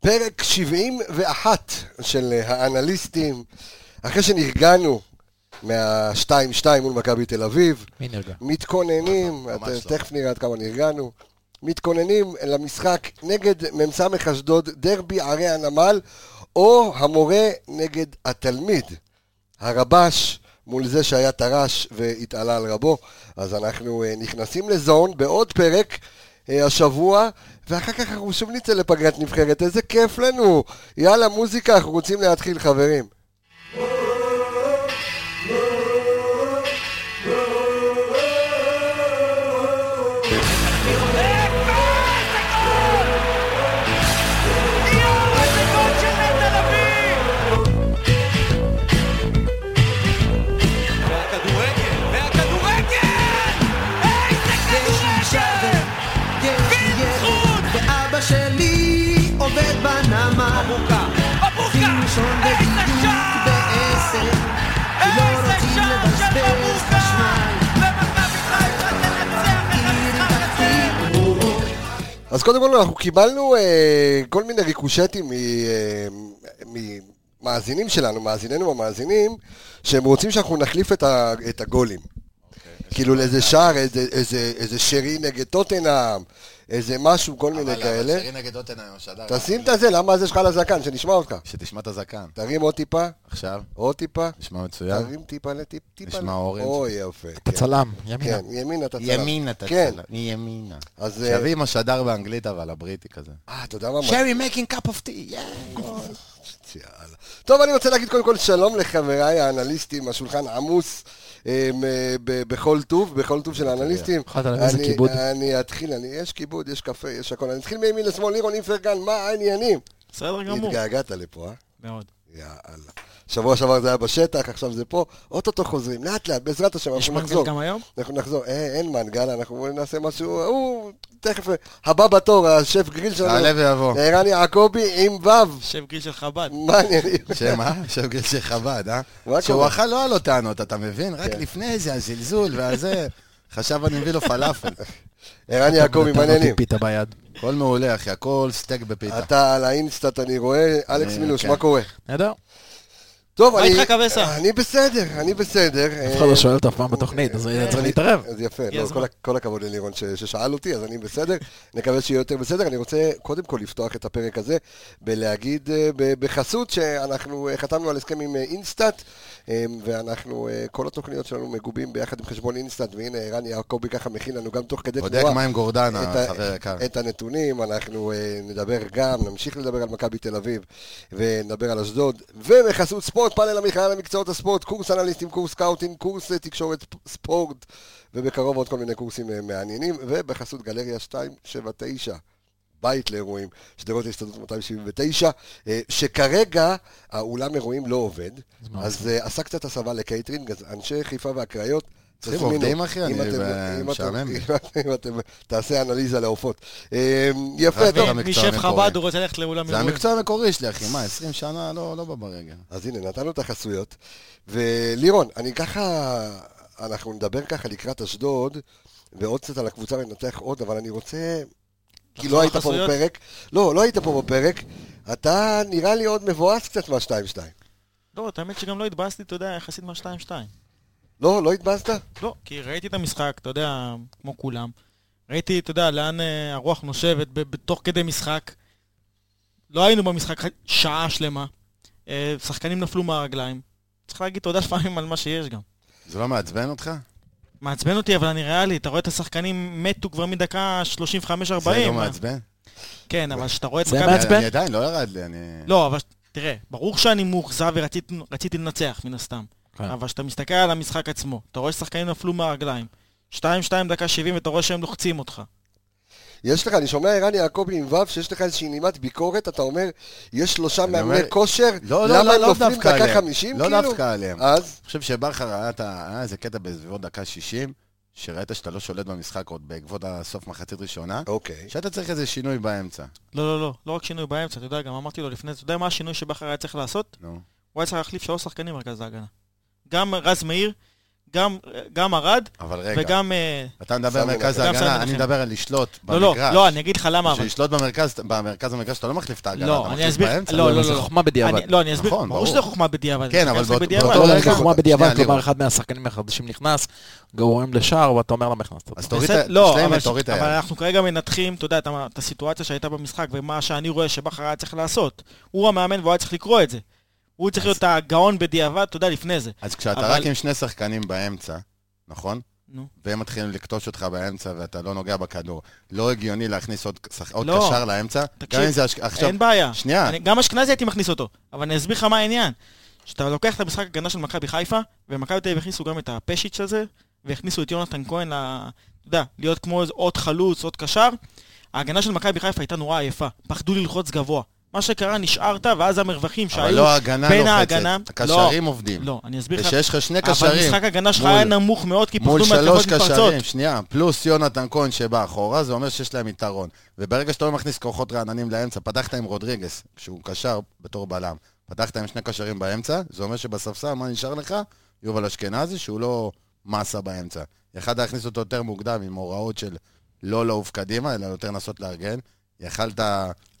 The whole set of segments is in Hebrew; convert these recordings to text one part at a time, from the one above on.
פרק 71 של האנליסטים, אחרי שנרגענו מה-2-2 מול מכבי תל אביב, מי נרגע? מתכוננים, ממש את- לא. תכף נראה עד כמה נרגענו, מתכוננים למשחק נגד מ"ס אשדוד, דרבי ערי הנמל, או המורה נגד התלמיד, הרבש מול זה שהיה טרש והתעלה על רבו. אז אנחנו אה, נכנסים לזון בעוד פרק אה, השבוע, ואחר כך אנחנו שוב נצא לפגרת נבחרת, איזה כיף לנו. יאללה, מוזיקה, אנחנו רוצים להתחיל, חברים. והכדורגל, והכדורגל! איזה כדורגל! בזכות! ואבא שלי עובד בנמל, בוקה, בבוקה! ראשון איזה בדיוק שער! בעשר, כי לא איזה רוצים שער של לבזבז בבוקה! חשמל, ומכבי חיפה תנצח את עיר המשחק הזה! בתים, אז קודם כל אנחנו קיבלנו אה, כל מיני ריקושטים מ- אה, ממאזינים שלנו, מאזיננו המאזינים, שהם רוצים שאנחנו נחליף את, ה, את הגולים. אוקיי. כאילו לאיזה שער, איזה, איזה, איזה שרי נגד טוטנאם, איזה משהו, כל מיני אבל כאלה. שרי נגד אוטנאי הוא שדר. לא? תשים את הזה, למה זה שלך על הזקן, שנשמע אותך. שתשמע את הזקן. תרים עוד טיפה, עכשיו, עוד טיפה, נשמע מצוין. תרים טיפה לטיפ, טיפה. נשמע ל- אורנג'. אוי, יפה. אתה כן, צלם, ימינה. כן, ימינה אתה צלם. ימינה אתה כן, צלם. ימינה. אז... אה, שיביא עם השדר באנגלית אבל, הבריטי כזה. אה, אתה יודע מה? שרי מקינג קאפ אוף טי, יאי. יאללה. טוב, אני רוצה להגיד קודם כל שלום לחבריי האנליסטים, השולחן עמוס אמ, אה, ב- בכל טוב, בכל טוב של האנליסטים. יכולת להביא איזה אני- כיבוד. אני אתחיל, אני- יש כיבוד, יש קפה, יש הכל. אני אתחיל מימין לשמאל, לירון איפרגן, מה העניינים? בסדר גמור. התגעגעת לפה, אה? מאוד. יאללה. שבוע שעבר זה היה בשטח, עכשיו זה פה, אוטוטו חוזרים, לאט לאט, בעזרת השם, יש אנחנו מנגל נחזור. גם היום? אנחנו נחזור, אה, אין מנגל, אנחנו נעשה משהו, הוא תכף, הבא בתור, השף גריל שלנו, תעלה ויבוא. ערן יעקבי עם ו', שם גיל של חב"ד. מה העניינים? שמה? שם גיל של חב"ד, קורה? אה? שהוא אכל לא היה לו טענות, אתה מבין? רק כן. לפני זה, הזלזול והזה. חשב אני מביא לו פלאפל. ערן יעקבי, מה נתן העניינים? אותי פיתה ביד. הכל מעולה, אחי, הכל סטייק בפיתה. אתה על האינסטאט, אני רואה. אלכס אה, מילוש, כן. מה קורה? נהדר. טוב, מה אני... איתך, קבסה? אני בסדר, אני בסדר. אה, אף אחד לא שואל אותו אף פעם בתוכנית, אז אני צריך להתערב. אז יפה, הגיע לא, הזמן. כל ה- כל הכבוד ללירון ש- ששאל אותי, אז אני בסדר. נקווה שיהיה יותר בסדר. אני רוצה קודם כל לפתוח את הפרק הזה בלהגיד אה, ב- בחסות שאנחנו אה, חתמנו על הסכם עם אה, אינסטאט, אה, ואנחנו, אה, כל התוכניות שלנו מגובים ביחד עם חשבון אינסטאט, והנה ערן יעקבי ככה מכין לנו גם תוך כדי בודק מה עם גורדן, את ה- החבר היקר. את הנתונים, אנחנו אה, נדבר גם, נמשיך לדבר על מכבי תל אביב ונדבר על אשדוד ובחסות ספורט, פאנל המכלל למקצועות הספורט, קורס אנליסטים, קורס סקאוטינג, קורס אה, תקשורת ספ- ספורט ובקרוב עוד כל מיני קורסים אה, מעניינים ובחסות גלריה 279 בית לאירועים, שדרות ההסתדרות 279, אה, שכרגע האולם אירועים לא עובד, מה אז אה, עשה קצת הסבה לקייטרינג, אז אנשי חיפה והקריות, צריכים תזמינו. עובדים, אחי, אם אני אתם- ב- אם אתם- משעמם לי. אם אתם- אם אתם, תעשה אנליזה לעופות. אה, יפה, רבי. טוב. המקצוע משף המקורי. חב"ד הוא רוצה ללכת לאולם זה אירועים. המקצוע המקורי שלי, אחי, מה, 20 שנה לא לא בא ברגל. אז הנה, נתנו את החסויות. ולירון, אני ככה, אנחנו נדבר ככה לקראת אשדוד, ועוד קצת על הקבוצה וננתח עוד, אבל אני רוצה... כי לא לחזור היית פה לחסויות? בפרק. לא, לא היית פה בפרק. אתה נראה לי עוד מבואס קצת מה-2-2. לא, את האמת שגם לא התבאסתי, אתה יודע, יחסית מה-2-2. לא, לא התבאסת? לא, כי ראיתי את המשחק, אתה יודע, כמו כולם. ראיתי, אתה יודע, לאן אה, הרוח נושבת ב- ב- תוך כדי משחק. לא היינו במשחק ח- שעה שלמה. אה, שחקנים נפלו מהרגליים. צריך להגיד תודה לפעמים על מה שיש גם. זה לא מעצבן אותך? מעצבן אותי, אבל אני ריאלי, אתה רואה את השחקנים מתו כבר מדקה 35-40. זה לא מעצבן? כן, אבל כשאתה רואה את זה מכבי מעצבן? אני עדיין, לא ירד לי, אני... לא, אבל תראה, ברור שאני מאוכזב ורציתי רציתי לנצח, מן הסתם. כן. אבל כשאתה מסתכל על המשחק עצמו, אתה רואה ששחקנים נפלו מהרגליים. 2-2 דקה 70 ואתה רואה שהם לוחצים אותך. יש לך, אני שומע ערן יעקבי עם ו' שיש לך איזושהי נימת ביקורת, אתה אומר, יש שלושה אני מאמני אומר- כושר, לא, לא, למה לא, הם לא נופלים דווקא דקה עליהם. 50? לא כאילו? דווקא עליהם. אז? אני חושב שבכר היה את ה- היה איזה קטע בסביבות דקה 60, שראית שאתה לא שולט במשחק עוד בעקבות הסוף מחצית ראשונה, אוקיי. שאתה צריך איזה שינוי באמצע. לא, לא, לא, לא רק שינוי באמצע, אתה יודע, גם אמרתי לו לפני זה, אתה יודע מה השינוי שבכר היה צריך לעשות? נו. הוא היה צריך להחליף שלוש שחקנים במרכז ההגנה. גם רז מאיר, גם, גם ארד אבל רגע, וגם... אה, אתה מדבר על סמי מרכז מנחם. גם סמי ההגנה, אני מנחם. מדבר על לשלוט לא, לא, במגרש. לא, אני אגיד לך למה, אבל... שישלוט במרכז, במרכז המגרש, אתה לא מחליף את ההגנה, לא, אתה אני מחליף אסביר- באמצע. לא, לא, זה לא. חוכמה בדיעבד. אני- לא, אני אסביר. נכון, ברור ברור. שזה חוכמה בדיעבד. כן, זה אבל משחק באותו- בדיעבד. באותו- לא, רגע, זה חוכמה שנייה, בדיעבד, כלומר לירון. אחד מהשחקנים החדשים נכנס, גורם לשער, ואתה אומר להם הכנסת. אותו. אז תוריד בסדר, את ה- לא, שניהם, אבל- תוריד את היד. אבל אנחנו כרגע מנתחים, אתה יודע, את ה- את הסיטואציה שהייתה במשחק ומה שאני רואה שבכר היה צריך לעשות. הוא המאמן והוא היה צריך לקרוא את זה. הוא צריך להיות הגאון בדיעבד, אתה יודע, לפני זה. אז כשאתה אבל- רק עם שני שחקנים באמצע, נכון? נו. והם מתחילים לקטוש אותך באמצע ואתה לא נוגע בכדור. לא הגיוני להכניס עוד שח- עוד לא. קשר לאמצע? תקשיב, גם אם זה... הש- עכשיו, אין בעיה. שנייה, אני, גם אשכנזי הייתי מכניס אותו, אבל אני אסביר לך מה העניין. כשאתה לוקח את המשחק הגנה של מכבי חיפה, ומכבי תל אביב הכניסו גם את הפשיץ' הזה, והכניסו את יונתן כהן, ל... אתה יודע, להיות כמו איזה עוד חלוץ, עוד קשר, ההגנה של מכבי חיפה הייתה נורא עייפה, פחדו ללחוץ גבוה. מה שקרה, נשארת, ואז המרווחים שהיו אבל לא ההגנה בין לוחצת. ההגנה... הקשרים עובדים. לא, אני אסביר לך... וכשיש לך שני אבל קשרים משחק הגנה שלך מול- היה נמוך מאוד, כי מול פחדו מהתקפות שלוש מתפרצות. קשרים, שנייה, פלוס יונתן כהן שבא אחורה, זה אומר שיש להם יתרון. וברגע שאתה לא מכניס כוחות רעננים לאמצע, פתחת עם רודריגס, שהוא קשר בתור בלם, פתחת עם שני קשרים באמצע, זה אומר שבספסל, מה נשאר לך? יובל אשכנזי, שהוא לא מסה באמצע. יכלת להכניס אותו יותר מוקדם עם הוראות של לא לעוף קדימה, אלא יותר לנסות לארגן. יכלת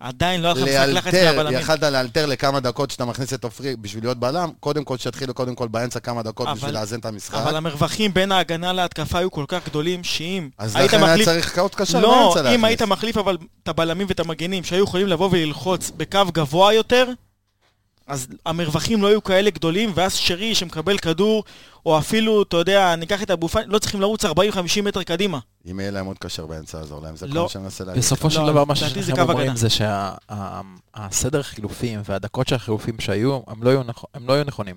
עדיין לא היה לך משחק לחץ לאלתר, מהבלמים. יכלת לאלתר לכמה דקות שאתה מכניס את עופרי בשביל להיות בלם, קודם כל שיתחילו קודם כל באמצע כמה דקות אבל- בשביל לאזן את המשחק. אבל המרווחים בין ההגנה להתקפה היו כל כך גדולים, שאם אז היית לכן היה מחליף צריך עוד קשר לא, באמצע אם להכניס. היית מחליף אבל את הבלמים ואת המגנים שהיו יכולים לבוא וללחוץ בקו גבוה יותר, אז המרווחים לא היו כאלה גדולים, ואז שרי שמקבל כדור, או אפילו, אתה יודע, ניקח את אבו פאני, לא צריכים לרוץ 40-50 מטר קדימה. אם יהיה להם עוד קשר באמצע, אז להם, זה לא. כל מה שאני מנסה להגיד. בסופו של לא, דבר, מה לדעתי זה ששניכם קו אומרים הגנה. זה שהסדר החילופים והדקות של החילופים שהיו, הם לא היו נכו- הם לא היו נכונים.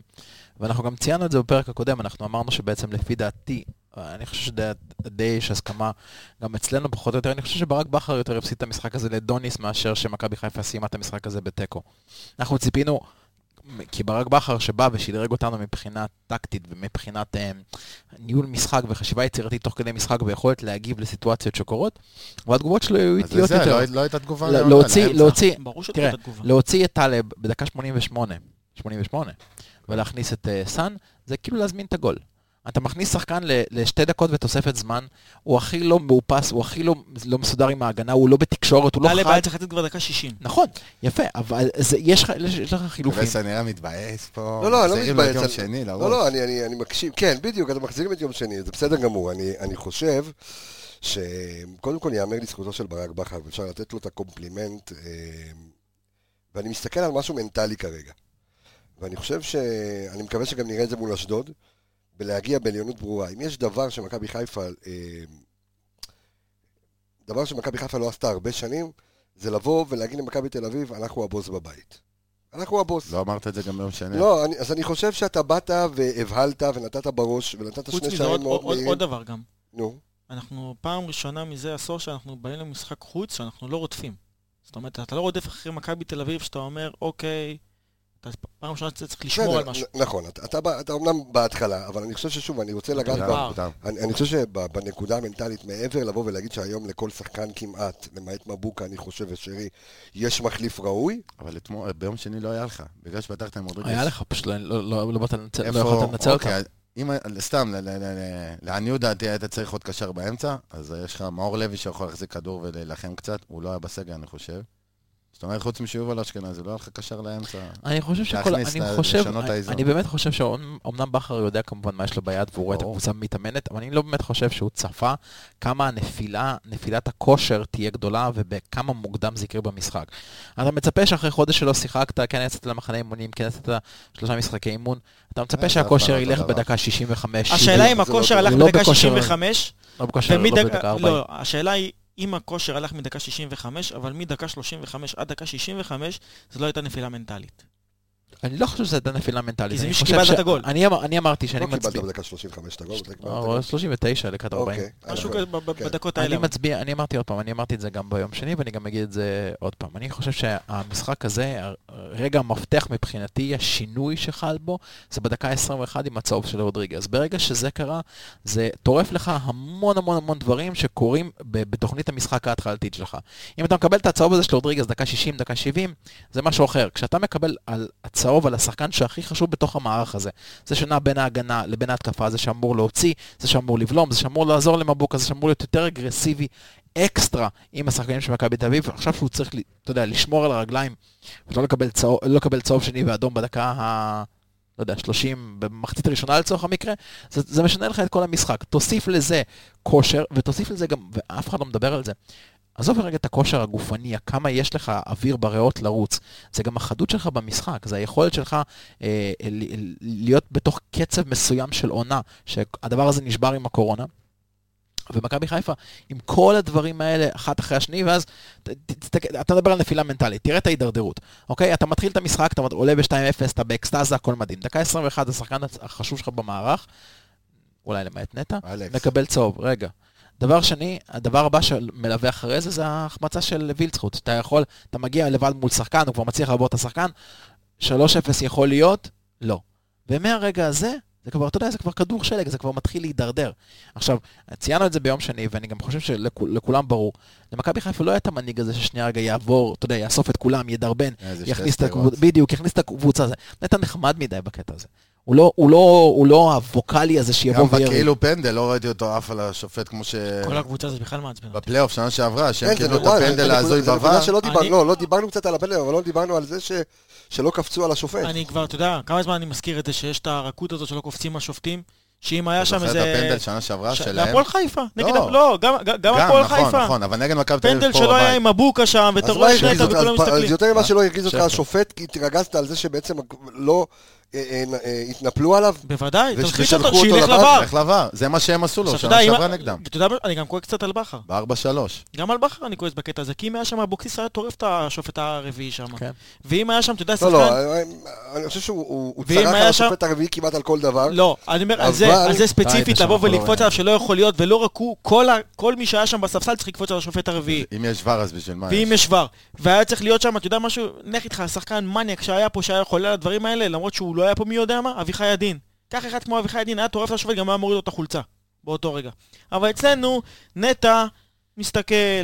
ואנחנו גם ציינו את זה בפרק הקודם, אנחנו אמרנו שבעצם לפי דעתי, אני חושב שדי יש הסכמה גם אצלנו פחות או יותר, אני חושב שברק בכר יותר הפסיד את המשחק הזה לדוניס מאשר שמכבי חיפה סיימה את המשחק הזה בתיקו. אנחנו ציפינו, כי ברק בכר שבא ושדרג אותנו מבחינה טקטית ומבחינת אה, ניהול משחק וחשיבה יצירתית תוך כדי משחק ויכולת להגיב לסיטואציות שקורות, והתגובות שלו היו אז איטיות לזה, יותר. לא, לא הייתה תגובה. לא- לעונה, להוציא, לאמצע. להוציא, ברור שאתה תראה, את התגובה. להוציא את טלב בדקה 88, 88, ולהכניס את אה, סאן, זה כאילו להזמין את הגול. אתה מכניס שחקן ל- לשתי דקות ותוספת זמן, הוא הכי לא מאופס, הוא הכי לא, לא מסודר עם ההגנה, הוא לא בתקשורת, הוא לא טלב חד. היה צריך לתת כבר דקה 60. נכון, יפה, אבל זה, יש, לך- יש, יש לך תראה, חילופים. סנריה מתבאס פה. לא, לא, אני לא מחזירים מתבאס. לו את יום אני- שני, לרוב. לא, לא, אני, אני, אני מקשיב. כן, בדיוק, אתם מחזירים את יום שני, זה בסדר גמור. אני, אני חושב שקודם כל ייאמר לזכותו של ברק בכר, ואפשר לתת לו את הקומפלימנט, אה, ואני מסתכל על משהו מנטלי כרגע. ואני חושב ש... אני מקווה שגם נראה את זה מול אשדוד, בלהגיע בעליונות ברורה. אם יש דבר שמכבי חיפה... אה, דבר שמכבי חיפה לא עשתה הרבה שנים, זה לבוא ולהגיד למכבי תל אביב, אנחנו הבוס בבית. אנחנו הבוס. לא אמרת את זה גם ביום כן. שני. לא, אני, אז אני חושב שאתה באת והבהלת ונתת בראש ונתת חוץ שני מזה, עוד, שערים מאוד עוד, מהירים. עוד דבר גם. נו, אנחנו פעם ראשונה מזה עשור שאנחנו באים למשחק חוץ שאנחנו לא רודפים. זאת אומרת, אתה לא רודף אחרי מכבי תל אביב, שאתה אומר, אוקיי, אתה פעם ראשונה שאתה צריך לשמור בסדר, על משהו. נ- נכון, אתה, אתה, בא- אתה אומנם בהתחלה, אבל אני חושב ששוב, אני רוצה לגעת מוקדם, ב... מוקדם. אני, אני חושב שבנקודה המנטלית, מעבר לבוא ולהגיד שהיום לכל שחקן כמעט, למעט מבוקה, אני חושב, ושרי, יש מחליף ראוי, אבל אתמול, ביום שני לא היה לך. בגלל שפתחת עם רודריגס. היה לך, פשוט לא- לא לא- לא באת לנצל, לא איפה- יכולת לנצל אותם. אוקיי, אז אם, סתם, ל- ל- ל- לעניות דעתי היית צריך עוד קשר באמצע, אז יש לך מאור לוי שיכול להחזיק כדור ולהילחם קצת, הוא לא היה בסגל, אני חושב. זאת אומרת, חוץ משיובל אשכנזי, לא היה לך קשר לאמצע. אני חושב שכל... להכניס, אני ל- חושב... לשנות את האיזון. אני באמת חושב שאומנם בכר יודע כמובן מה יש לו ביד והוא רואה את ברור. הקבוצה מתאמנת, אבל אני לא באמת חושב שהוא צפה כמה הנפילה, נפילת הכושר תהיה גדולה ובכמה מוקדם זה יקרה במשחק. אתה מצפה שאחרי חודש שלא שיחקת, כן יצאת למחנה אימונים, כן יצאת שלושה משחקי אימון, אתה אה, מצפה זה שהכושר אף פעם לא ילך אותו דבר. בדקה 65. השאלה אם זה לא הכושר אותו הלך דבר. לא בדקה בכושר. 65, לא בכושר, תמיד... לא בדקה 40. לא, השאלה היא אם הכושר הלך מדקה 65, אבל מדקה 35 עד דקה 65, זו לא הייתה נפילה מנטלית. אני לא חושב שזו הייתה נפילה מנטלית. כי זה אני מי חושב שקיבלת ש- את הגול. אני אמר- אני אמרתי שאני לא קיבלת מצביע. בדקה 35 את הגול. אתה לא, קיבלת- או 39 לקראת 40. אוקיי, משהו אוקיי. כזה ב- ב- כן. בדקות אני האלה. מצביע, אני אמרתי עוד פעם, אני אמרתי את זה גם ביום שני, ואני גם אגיד את זה עוד פעם. אני חושב שהמשחק הזה, הר- רגע המפתח מבחינתי, השינוי שחל בו, זה בדקה ה-21 עם הצהוב של רודריגז. ברגע שזה קרה, זה טורף לך המון המון המון דברים שקורים ב- בתוכנית המשחק ההתחלתית שלך. אם אתה מקבל את הצהוב הזה של רודריגז דקה 60, דקה 70, זה משהו אחר. כשאתה מקבל על הצהוב, על השחקן שהכי חשוב בתוך המערך הזה, זה שנע בין ההגנה לבין ההתקפה, זה שאמור להוציא, זה שאמור לבלום, זה שאמור לעזור למבוקה, זה שאמור להיות יותר אגרסיבי אקסטרה עם השחקנים של מכבי תל אביב, עכשיו שהוא צריך, ל- אתה יודע, לשמור על הרגליים ולא לקבל צהוב, לא לקבל צהוב שני ואדום בדקה ה... לא יודע, 30 במחצית הראשונה לצורך המקרה, זה, זה משנה לך את כל המשחק. תוסיף לזה כושר, ותוסיף לזה גם, ואף אחד לא מדבר על זה. עזוב רגע את הכושר הגופני, כמה יש לך אוויר בריאות לרוץ. זה גם החדות שלך במשחק, זה היכולת שלך אה, ל- ל- להיות בתוך קצב מסוים של עונה, שהדבר הזה נשבר עם הקורונה. ומכבי חיפה, עם כל הדברים האלה, אחת אחרי השני, ואז ת- ת- תסתכל- אתה מדבר על נפילה מנטלית, תראה את ההידרדרות, אוקיי? אתה מתחיל את המשחק, אתה עולה ב-2-0, אתה באקסטזה, הכל מדהים. דקה 21, השחקן החשוב שלך במערך, אולי למעט נטע, אלכס. מקבל צהוב, רגע. דבר שני, הדבר הבא שמלווה אחרי זה, זה ההחמצה של וילצחוט. אתה יכול, אתה מגיע לבד מול שחקן, הוא כבר מצליח לעבור את השחקן, 3-0 יכול להיות, לא. ומהרגע הזה, זה כבר, אתה יודע, זה כבר כדור שלג, זה כבר מתחיל להידרדר. עכשיו, ציינו את זה ביום שני, ואני גם חושב שלכולם ברור, למכבי חיפה לא היה את המנהיג הזה ששנייה רגע יעבור, אתה יודע, יאסוף את כולם, ידרבן, איזה שתי יכניס את סתירות. הקבוצה, בדיוק, יכניס את הקבוצה הזאת. נטע נחמד מדי בקטע הזה. הוא לא, הוא לא, הוא לא הווקאלי הזה שיבוא גם ויריב. בכאילו פנדל, לא ראיתי אותו עף על השופט כמו ש... כל הקבוצה הזאת בכלל מעצבנת. אותי. בפלייאוף שנה שעברה, שהם כן, כאילו את נורא, הפנדל נקודה- ההזוי זה בבר. נקודה שלא אני- דיברנו, לא, לא דיברנו קצת על הפנדל, אבל לא דיברנו על זה ש- שלא קפצו על השופט. אני כבר, אתה יודע, כמה זמן אני מזכיר את זה שיש את הרכות הזאת שלא קופצים השופטים? שאם היה אתה שם זוכר את איזה... הפנדל שנה שעברה ש- שלהם? להפועל חיפה. נגד... לא. ה- לא, גם- גם- גם גם, הפועל נכון, חיפה. נכון, אבל נגד מכבי תל אביב פנדל פה שלא היה בבית. עם מבוקה שם, לא ואתה אז מה רואה הרגיז שנטע אותך? וכולם אז- אז מסתכלים. יותר ממה שלא הרגיז אותך שפר. השופט, כי התרגזת על זה שבעצם לא אה, אה, אה, התנפלו עליו. בוודאי, וש- תלחיץ ושלחו אותו, שילך לבר, לבר. לך לבר, זה מה שהם עשו לו, עכשיו, לא, שנה אתה יודע, שעברה אם- נגדם. אתה יודע מה, אני גם כועס קצת על בכר. בארבע שלוש. גם על בכר אני כועס בקטע הזה, כי אם היה שם אבוקסיס היה טורף את השופט הרביעי שם. כן. ואם היה שם, אתה יודע, לא, לא, שחקן... אני חושב שהוא הוא- הוא ואם צרח על היה שם- השופט הרביעי כמעט על כל דבר. לא, אני אומר, על אבל- זה- על זה אה, די, ספציפית, נשמה, לבוא אנחנו לא ולקפוץ רואים. עליו שלא יכול להיות, ולא רק הוא, כל ה- כל מי שהיה שם בספסל צריך לקפוץ על השופט הרביעי. אם יש ור אז בשביל מה ואם יש ור. והיה צריך להיות שם, אתה יודע משהו, נלך איתך, שחקן מניאק שהיה פה, שהיה חולה על הדברים האלה, למרות שהוא לא היה פה מי יודע מה, אביחי עדין. קח אחד כמו אביחי עדין, היה טורף לשופט, גם היה מוריד לו את החולצה, באותו רגע. אבל אצלנו, נטע מסתכל,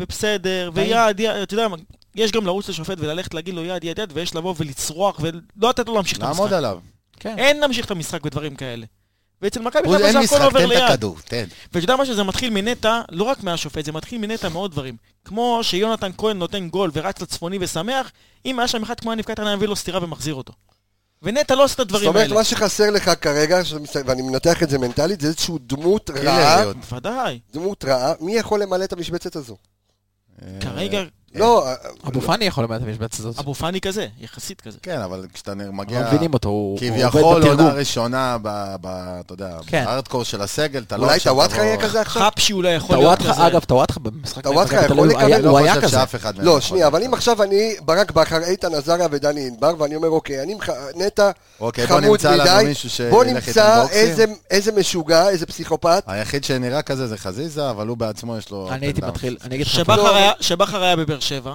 ובסדר, ויעד, יעד, אתה יודע מה, יש גם לרוץ לשופט וללכת להגיד לו יעד, יעד, יעד, ויש לבוא ולצרוח, ולא לתת לו להמשיך את המשחק. לעמוד עליו. כן. אין להמשיך את המשחק בדברים כאלה. ואצל מכבי הוא- חיפה אין זה הכל משחק, עובר תן את ליד. הכדור, תן. ואתה יודע משהו? זה מתחיל מנטע, לא רק מהשופט, זה מתחיל מנטע מעוד דברים. כמו שיונתן כהן נותן גול ורץ לצפוני ושמח, אם היה שם אחד כמו הנבקעת אני מביא לו סטירה ומחזיר אותו. ונטע לא עושה את זאת הדברים אומרת, האלה. מה שחסר לך כרגע, שזה מסתכל- ואני מנתח את זה מנטלית, זה איזשהו דמות רעה, קילריות. בוודאי. דמות רעה, מי יכול למלא את המשבצת הזו? כרגע לא, אה, אבו פאני יכול למלא את המשבצת הזאת. אבו פאני כזה, יחסית כזה. כן, אבל כשאתה נ- אנחנו מגיע... לא מבינים אותו, הוא הוא עובד כביכול עונה בתרגום. ראשונה, ב- ב- אתה יודע, כן. בארדקור של הסגל, אתה לא... אה, אולי עכשיו טוואטחה תבוא- יהיה כזה עכשיו? חפשי אולי יכול להיות טוואטחה, כזה. אגב, טוואטחה במשחק... טוואטחה נגד מכבי יכול תל אביב, לקבל, היה- אני הוא לא היה חושב כזה. שאף אחד מהם נכון, לא, יכול שנייה, אבל להיות. אם עכשיו אני, ברק בכר, איתן עזריה ודני ענבר, ואני אומר, אוקיי, אני מח- נטע אוקיי, בוא חמוד נמצא לנו מדי, מישהו אה, שילך בוא איתם נמצא בוקסים. איזה- איזה משוגע, איזה פסיכופת, היחיד שנראה כזה זה חזיזה, אבל הוא בעצמו יש לו... up אני הייתי and down. מתחיל, אני אגיד לך... שבכר לא. היה- שבכר היה בבאר שבע,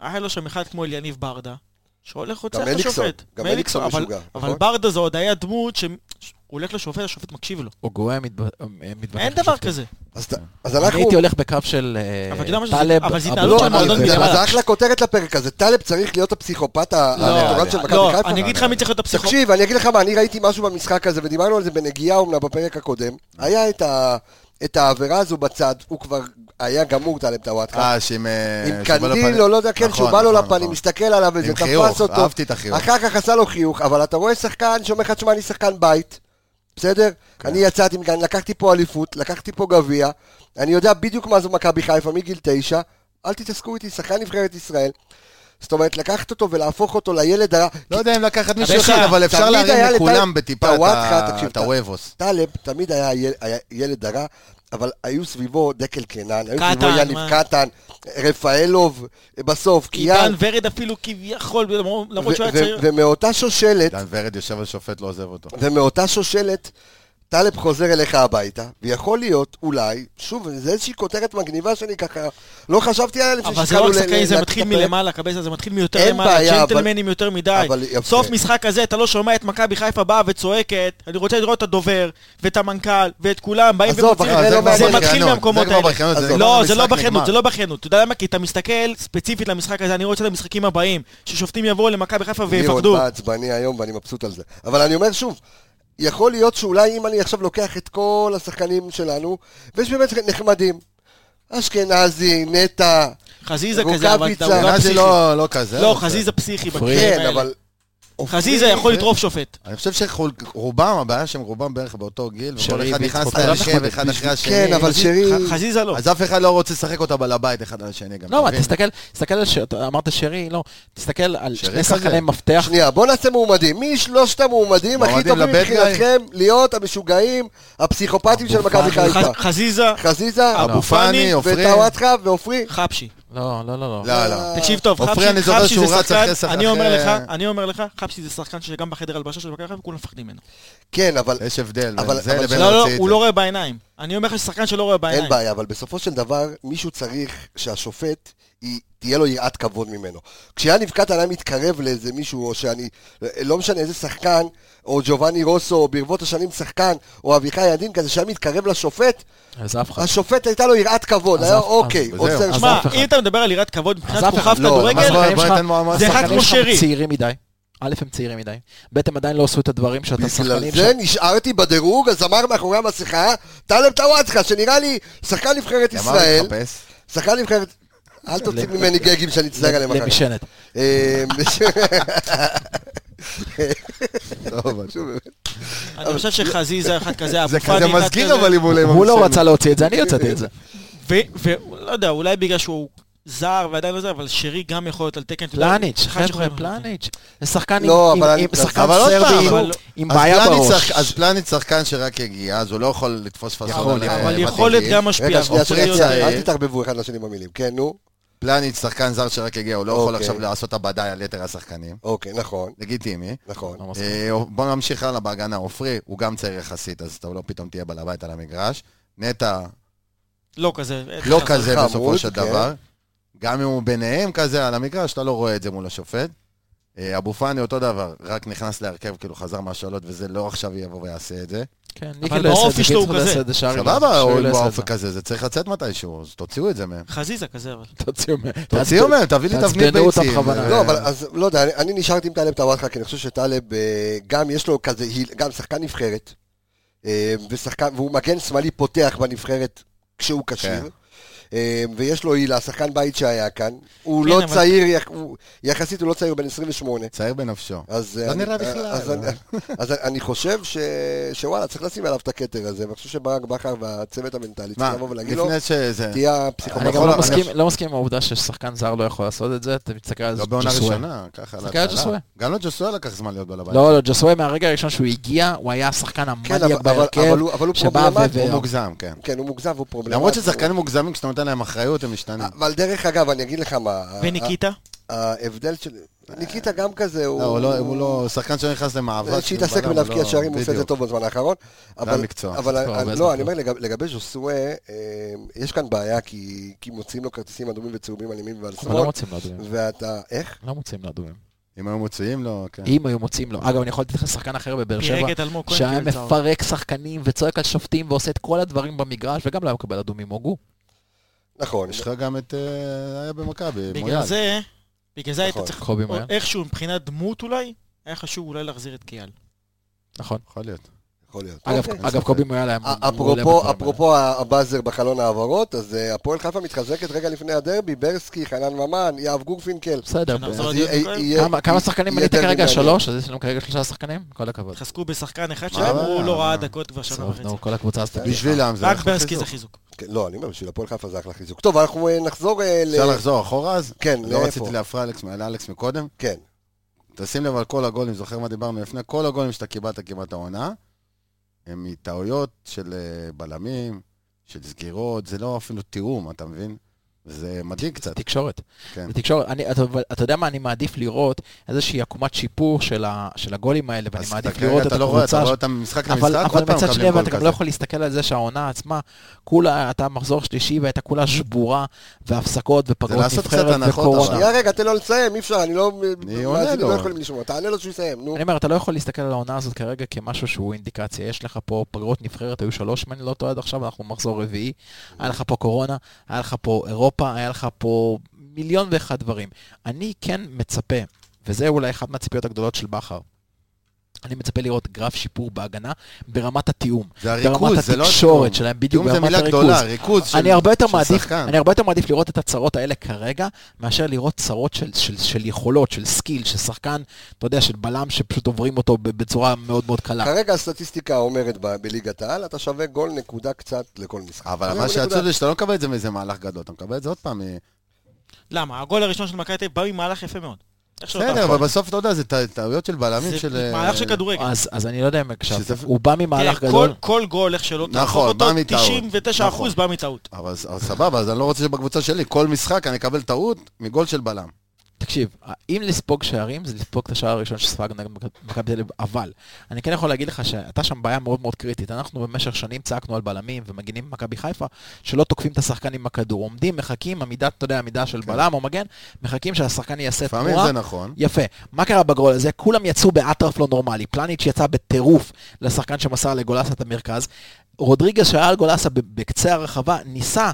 היה לו שם אחד כמו אליניב ברדה, שהולך רוצח גם את אליקסון, השופט. גם אליקסון מליקסון, משוגע, אבל נכון? ברדה זו עוד היה דמות שהוא הולך לשופט, השופט מקשיב לו. הוא גורם אה, מתבטח. אין דבר כזה. אז ת- אז אני אנחנו... הייתי לא, הולך בקו של אה, אבל אתה יודע מה שזה- טלב, אבל לא זה אבו התנהלות של פאני מועדון ו- אז גדול. אז לא, זה אחלה כותרת לפרק הזה, טלב צריך להיות הפסיכופת ה- לא, המטורף של מכבי לא, אה, חיפה. אני אגיד לך מי צריך להיות הפסיכו... תקשיב, אני אגיד לך מה, אני ראיתי משהו במשחק הזה, ודיברנו על זה בנגיעה אומנם בפרק הקודם. היה את ה- את העבירה הזו בצד, הוא כבר היה גמור טלב טוואטחה. אה, שעם... אה, עם שהוא בא לו קנדיל לפנים. או לא יודע, כן, נכון, שהוא בא לו נכון, לפנים, נכון. מסתכל עליו איזה, עם חיוך, תפס אותו. אהבתי את החיוך. אחר כך עשה לו חיוך, אבל אתה רואה שחקן שאומר לך, תשמע, אני שחקן בית, בסדר? כן. אני יצאתי מכאן, לקחתי פה אליפות, לקחתי פה גביע, אני יודע בדיוק מה זו מכבי חיפה מגיל תשע, אל תתעסקו איתי, שחקן נבחרת ישראל. זאת אומרת, לקחת אותו ולהפוך אותו לילד הרע. לא יודע אם לקחת מישהו הבן שלך, אחד, אבל אפשר תמיד היה לטל- להרים לכולם בטיפה את טוואטחה, ה- תקשיב, את הוובוס. טלב תמיד היה, יל, היה ילד הרע, אבל היו סביבו דקל קנן, היו קטן, סביבו יניב מה? קטן, רפאלוב, בסוף, עידן קיאן, ורד אפילו כביכול, למרות ו- למרות שהוא היה ו- צעיר. ומאותה שושלת, דן ורד יושב על שופט, לא עוזב אותו. ומאותה שושלת, טלב חוזר אליך הביתה, ויכול להיות, אולי, שוב, זה איזושהי כותרת מגניבה שאני ככה, לא חשבתי עליה לפני אבל זה לא רק ל- סכנין, ל- זה להתחיל מתחיל את הפרק. מלמעלה, קבסה, זה מתחיל מיותר אין למעלה, בעיה, אבל- ג'נטלמנים יותר מדי. אבל יפה. סוף משחק כזה, אתה לא שומע את מכבי חיפה באה וצועקת, אני רוצה לראות את הדובר, ואת המנכ"ל, ואת כולם, באים עזוב, ומוציאים. אחרי זה לא כבר זה מתחיל ברכיינות, מהמקומות זה כבר האלה. ברכיינות, זה עזוב. כבר לא, זה לא המשחק בכנות, נגמר. זה לא בכנות. אתה יודע למה? כי אתה מסתכל ספציפית למשחק הזה, אני רוצה למשחקים הבאים, ששופטים יבואו למכבי חיפה ליאון ויפחדו. בא עצבני היום ואני מבסוט על זה. אבל אני אומר שוב, יכול להיות שאולי אם אני עכשיו לוקח את כל השחקנים שלנו, ויש באמת נחמדים. אשכנזי, נטע, חזיזה כזה, אבל רוקאביצה. אתה- הוא לא נאזי פסיכי. לא לא כזה. לא, אבל חזיזה פסיכי בקטעים כן, האלה. אבל... חזיזה יכול לטרוף שופט. אני חושב שרובם, הבעיה שהם רובם בערך באותו גיל, וכל שרי, אחד נכנס ויצחוק, אתה לא להרכב נחמד. אחד אחרי השני. כן, אבל שרי... ח- חזיזה לא. אז אף אחד לא רוצה לשחק אותה בעל הבית אחד על השני גם. לא, אתה אבל מבין? תסתכל, תסתכל על, ש... אמרת שרי, לא, תסתכל על שרי כזה. שני שחקני מפתח, שנייה, בוא נעשה מועמדים. מי שלושת המועמדים הכי מועמדים טובים לבד גיא? מבחינתכם להיות המשוגעים, הפסיכופטים של אבו מכבי פאני. חיפה? ח- חזיזה, חזיזה, אבו אבו פאני, פאני עופרי. וטוואטחה ועופרי. חפשי. לא, לא, לא, לא. נכון. לא, לא. תקשיב טוב, עופרי, חפשי אני זוכר חפשי שהוא זה רץ אחרי שחקן, שחק- אני אומר אחרי- לך, אני אומר לך, חפשי זה שחקן שגם בחדר הלבשה של מכבי חיפה כולם מפחדים ממנו. כן, אבל יש הבדל אבל- בין זה אבל לבין שלא, לא, לא, להוציא את הוא זה. לא רואה בעיניים. אני אומר לך ששחקן שלא רואה אין בעיניים. בעיה, אבל בסופו של דבר, מישהו צריך שהשופט, היא- תהיה לו יראת כבוד ממנו. כשהיה נבקעת עליי מתקרב לאיזה מישהו, או שאני, לא משנה איזה שחקן, או ג'ובאני רוסו, או ברבות השנים שחקן, או אביחי ידין כזה, שהיה מתקרב לשופט, אז אף אחד. השופט הייתה לו יראת כבוד, אה. אז היה אף- אוקיי, אז עוצר זהו. שם. שמע, אף אחד. אם אתה מדבר על יראת כבוד מבחינת אז אף כוכב אחד, לא, כדורגל, אז בוא- השחקנים בוא שלך- ניתן מועמד. זה אחד השחקנים כמו שלך שרי. צעירים מדי. א', הם צעירים מדי, ב', הם עדיין לא עשו את הדברים שאתה בגלל שחקנים... זה נשארתי בדירוג, הזמר מאחורי המסכה, טלב טוואטחה, שנראה לי שחקן נבחרת למה הוא ישראל, מתחפש? שחקן נבחרת... אל תוציא ל- ממני גגים שאני אצטער עליהם אחר כך. למשענת. אה, טוב, אבל- אני חושב שחזיזה אחד כזה, אבו זה פאני כזה אחד מזכיר כזה. אבל אם הוא הוא לא רצה להוציא את זה, אני הוצאתי את זה. ולא לא יודע, אולי בגלל שהוא זר ועדיין לא זר, אבל שרי גם יכול להיות על תקן. אתה יודע, פלניץ', אחד שיכול חבר'ה, להיות- פלניץ'. זה שחקן עם- לא, עם אבל אני- עם- שחקן אבל עוד פעם, סרבי עם- אבל- עם אז בעיה פלניץ' בראש. שחק- אז פלניץ' שחקן שרק הגיע, אז הוא לא יכול לתפוס פסון. יכול, על- יכול. אבל על יכולת הגיל. גם משפיעה. רגע, שנייה, אבל שנייה, הוא אה, שנייה, יודע- שנייה, אל תתערבבו אחד לשני במילים. כן, נו. פלניץ' שחקן זר שרק הגיע, הוא לא יכול אוקיי. עכשיו לעשות הבדאי על יתר השחקנים. אוקיי, נכון, לגיטימי. נכון. לא מסכים. אוקיי. אה, בוא נמשיך הלאה בהגנה. עופרי, הוא גם צעיר יחסית, אז אתה לא פתאום תהיה בעל הבית על המגרש. נטע, לא כזה. לא אחד כזה חמוד, בסופו של כן. דבר. גם אם הוא ביניהם כזה על המגרש, אתה לא רואה את זה מול השופט. אה, אבו פאני אותו דבר, רק נכנס להרכב, כאילו חזר מהשאלות, וזה לא עכשיו יבוא ויעשה את זה. כן, אבל ניקי לא יעשה את באופי זה, שלו הוא גיצחו לא יעשה כזה. את זה, שרי לא- סבבה, שרי הוא לא עם יעשה את האופק זה. הזה, זה צריך לצאת מתישהו, אז תוציאו את זה מהם. חזיזה כזה, אבל. תוציאו מהם. תוציאו מהם, תביא לי תבנית תעצבנו אותם ביצים. בכוונה. אה, לא, אבל אז, לא יודע, אני- אני נשארתי עם טלב טוואטחה, כי אני חושב שטלב אה, גם יש לו כזה, היל- גם שחקן נבחרת, אה, ושחקן, והוא מגן שמאלי פותח בנבחרת כשהוא כן. כשיר. אה, ויש לו הילה, שחקן בית שהיה כאן, הוא כן, לא אבל- צעיר, יח- הוא- יחסית הוא לא צעיר, הוא בן 28. צעיר בנפשו. אז, לא אה, אני- נראה בכלל, אז, לא. אני, אז אני חושב ש, שוואלה, צריך לשים עליו את הכתר הזה, ואני חושב שברק בכר והצוות המנטלי מה, צריכים לבוא ולהגיד לו, לפני שזה... תהיה כן, אני הפסיכומטר. גם לא אני מסכים- חושב- לא מסכים עם העובדה ששחקן זר לא יכול לעשות את זה, אתה מסתכל על לא בעונה ג'וסווה. ראשונה, ככה. תסתכל על להתחלה. ג'וסווה. גם לג'וסווה לקח זמן להיות בעל הבית. לא, לא, ג'וסווה מהרגע הראשון שהוא הגיע, הוא היה השחקן כן, אבל, המניאק אבל, בהרכב. אבל, הוא- אבל הוא שבא פרובלמטי. ו- הוא מוגזם, כן. כן, הוא מוגזם והוא פרובלמטי. למרות ששחקנים מוגזמים, כשאתה נותן להם אחריות, הם משתנים. אבל דרך אגב, אני אגיד לך מה, אה, ה- וניקיטה? ה- ההבדל של... ניקיטה גם כזה, הוא... אה, לא, הוא לא- הוא לא... שחקן שלא נכנס למאבק. שהתעסק הוא בלם, בלהבקיע לא- שערים, הוא עושה את זה בדיוק. טוב בזמן האחרון. אבל- המקצוע. אבל כבר הרבה אני- זמן. לא, אני אומר לגב- לגבי ז'וסווה, אה, יש כאן בעיה, כי כי מוציאים לו כרטיסים אדומים וצהובים על ימין ועל אבל לא שמאל, מוצאים לו אדומים. ואתה... איך? לא מוצאים לו אדומים. אם היו מוציאים לו, כן. אם היו מוצאים לו. אגב, אני יכול לתת לך שחקן אחר בבאר שבע, פירק את אלמוג כהן. שהיה קיבל צהוב. מפרק שחקנים וצועק על שופטים ועושה את כל הדברים במגרש, וגם לא היה מקבל אדומים הוגו. נכון. יש לך גם את... אה, היה במכבי, בגלל מויאל. זה, בגלל זה היית נכון. צריך... קובי או מויאל. איכשהו מבחינת דמות אולי, היה חשוב אולי להחזיר את קיאל. נכון. יכול להיות. יכול להיות. אגב, אוקיי. אגב, קובי מויאל היה מעולה בדברים אפרופו, האלה. אפרופו הבאזר בחלון ההעברות, אז אה, הפועל חיפה מתחזקת רגע לפני הדרבי, ברסקי, חנן ממן, יהב גורפינקל. בסדר. שנחזור אז לדיון יהיה- בכל? יהיה- כמה- כמה שחקנים יהיה מנית דרבי כרגע? מעניין. שלוש? אז יש לנו כרגע שלושה שחקנים? כל הכבוד. חזקו בשחקן אחד מה? שלהם, הוא לא ראה מה? דקות כבר שנה טוב, וחצי. נו, כל הקבוצה כן. הזאת. בשבילם אה, זה... רק אחלה ברסקי חיזוק. זה חיזוק. כן, לא, אני אומר, בשביל הפועל חיפה זה אחלה חיזוק. טוב, אנחנו אה, נחזור אה, ל... אפשר לחזור אחורה אז? כן, לא לאיפה? רציתי להפריע אלכס- לאלכס מקודם. כן. תשים לב על כל הגולים, זוכר מה דיברנו לפני? כל הגולים שאתה קיבלת כמעט העונה, הם מטעויות של אה, בלמים, של סגירות, זה לא אפילו תיאום, אתה מבין? וזה מדאיג קצת. תקשורת. כן. בתקשורת, אני, אתה, אבל אתה יודע מה, אני מעדיף לראות איזושהי עקומת שיפור של, ה, של הגולים האלה, ואני אז מעדיף אתה- לראות את אתה לא רואה, אתה הקבוצה... רואה ש- אותם משחק אבל, למשחק, אבל עוד פעם מצד שני, מקבלים אבל גול אתה גם כזה. לא יכול להסתכל על זה שהעונה עצמה, כולה, אתה מחזור שלישי והייתה כולה שבורה, והפסקות ופגרות Mm-hmm. לעשות קצת נבחרת הנחות וקורונה. עכשיו. שנייה רגע, תן לו לסיים, אי אפשר, אני לא... אני עונה מאזינים לו. לא יכולים לשמוע, תענה לו שהוא יסיים, נו. אני אומר, אתה לא יכול להסתכל על העונה הזאת כרגע כמשהו שהוא אינדיקציה. יש לך פה פגרות נבחרת, היו שלוש, אם אני לא טועה עד עכשיו, אנחנו מחזור רביעי. היה לך פה קורונה, היה לך פה אירופה, היה לך פה מיליון ואחד דברים. אני כן מצפה, וזה אולי אחת מהציפיות הגדולות של בכר, אני מצפה לראות גרף שיפור בהגנה ברמת התיאום. זה ברמת הריכוז, זה לא... התקשורת התיאום. שלהם, בדיוק תיאום זה ברמת מילה הריכוז. גדולה, ריכוז של אני הרבה יותר של מעדיף, שחקן. אני הרבה יותר מעדיף לראות את הצרות האלה כרגע, מאשר לראות צרות של, של, של יכולות, של סקיל, של שחקן, אתה יודע, של בלם שפשוט עוברים אותו ב- בצורה מאוד מאוד קלה. כרגע הסטטיסטיקה אומרת ב- בליגת העל, אתה שווה גול נקודה קצת לכל משחק. אבל זהו, מה נקודה. שעצוב זה שאתה לא מקבל את זה מאיזה מהלך גדול, אתה מקבל את זה עוד פעם. אה, למה? הגול הראשון של מכבי תל אביב בא ממהלך יפה מאוד. איך שלא בסדר, תהפוך. אבל בסוף אתה יודע, זה טע- טעויות של בלמים של... נכון. זה אה, מהלך של כדורגל. אז, אז אני לא יודע אם הקשבת, שזה- הוא בא ממהלך תראה, גדול, כל- כל גול, איך שלא תהפוך נכון, אותו, בא מטעות. נכון. 99% בא מטעות. אבל אבל סבבה, אז אני לא רוצה שבקבוצה שלי, כל משחק אני אקבל טעות מגול של בלם. תקשיב, אם לספוג שערים זה לספוג את השער הראשון שספגנו נגד מכ- מכבי תל אביב, אבל אני כן יכול להגיד לך שהייתה שם בעיה מאוד מאוד קריטית. אנחנו במשך שנים צעקנו על בלמים ומגינים במכבי חיפה, שלא תוקפים את השחקן עם הכדור. עומדים, מחכים, עמידה, אתה יודע, עמידה של בלם או מגן, מחכים שהשחקן יעשה כן. לפעמים תנועה. זה נכון. יפה. מה קרה בגול הזה? כולם יצאו באטרף לא נורמלי. פלניץ' יצא בטירוף לשחקן שמסר לגולסה את המרכז. רודריגז שהיה על גולסה ב- בקצה הרחבה, ניסה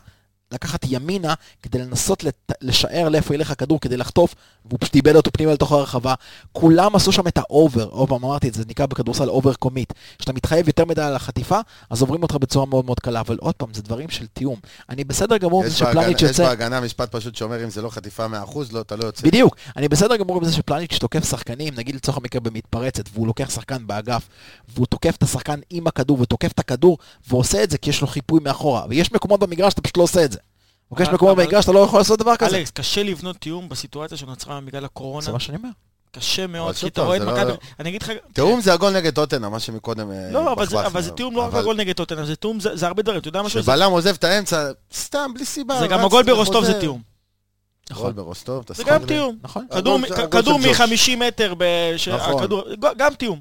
לקחת ימינה כדי לנסות לת... לשער לאיפה ילך הכדור כדי לחטוף, והוא פשוט איבד אותו פנימה לתוך הרחבה. כולם עשו שם את האובר, עוד פעם אמרתי את זה, זה נקרא בכדורסל אובר קומית. כשאתה מתחייב יותר מדי על החטיפה, אז עוברים אותך בצורה מאוד מאוד קלה. אבל עוד פעם, זה דברים של תיאום. אני בסדר גמור עם זה יש בהגנה- שפלניץ' יש יוצא... בהגנה משפט פשוט שאומר, אם זה לא חטיפה 100%, לא, אתה לא יוצא. בדיוק. אני בסדר גמור עם זה שפלניץ' תוקף שחקנים, נגיד לצורך המקרה במתפרצת, והוא לוקח שחקן באגף, והוא תוקף את השחקן עם הכדור, ותוקף את הכדור, ועושה את זה כי יש לו חיפוי מאחורה. ויש מקומות במגרש שאתה פשוט לא עושה את זה. אוקיי, יש אבל- מקומות אבל- במגרש שאתה לא יכול לעשות דבר כזה. אלכס, קשה לבנות תיאום בסיטואציה שנוצרה בגלל הקורונה. זה מה שאני אומר. קשה מאוד, אבל כי שוב אתה פעם, רואה את זה מכבי... לא- אני אגיד לך... תיאום זה הגול נגד טוטנה, מה שמקודם... אה, לא, אבל זה- התבחבשנו. אבל זה תיאום לא רק אבל הגול נגד טוטנאם, זה תיאום, זה זה הרבה דברים, אתה יודע משהו? זה- כשבלם עוזב את האמצע, סתם, בלי סיבה. זה רץ, גם נכון. הגול ברוסטוב חוזר. זה תיאום. גול ברוסטוב, זה תסכים גם לי. תיאום. נכון. כדור הגול מ- של- כ- הגול כדור של ג'וש. אה. מ-50 מטר, ב- נכון. שהכדור- ג- גם תיאום.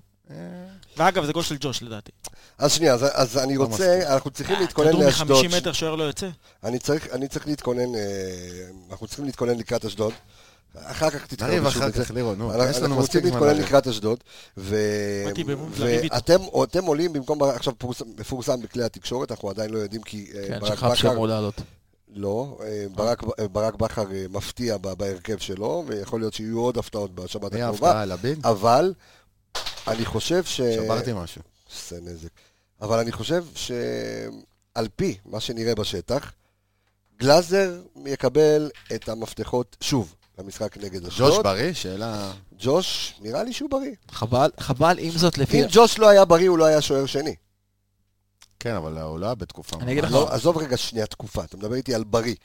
ואגב, זה גול של ג'וש לדעתי. אז שנייה, אז- אז לא אני רוצה, אנחנו צריכים להתכונן אה, כדור לאשדוד. מ-50 מטר שוער לא יוצא. אני צריך אני צריך להתכונן, אה, אנחנו צריכים להתכונן לקראת אשדוד. אחר כך תתקרב נריב שוב אחר את זה. כך, לירון, נו, יש אנחנו לנו רוצים מספיק זמן. להתכונן לריב. לקראת אשדוד, ו- באתי במוד לריב איתו. ואתם אתם עולים במקום, עכשיו פורס- מפורסם בכלי התקשורת, אנחנו עדיין לא יודעים כי אה, כן, ברק שכחת בכר, שאמור לעלות. לא, אה, ברק- אה, ברק בכר אה, מפתיע ב- בהרכב שלו, ויכול להיות שיהיו עוד הפתעות בשבת מי הקרובה, אה, ההפתעה, לביד? אבל אני חושב ש... שברתי משהו. עושה נזק. אבל אני חושב שעל פי מה שנראה בשטח, גלאזר יקבל את המפתחות שוב למשחק נגד אשדוד. ג'וש בריא? שאלה... ג'וש, נראה לי שהוא בריא. חבל, חבל עם זאת לפי... אם ג'וש לא היה בריא, הוא לא היה שוער שני. כן, אבל הוא לא היה בתקופה. אני אגיד לך- נכון. לא, עזוב רגע שנייה תקופה, אתה מדבר איתי על בריא.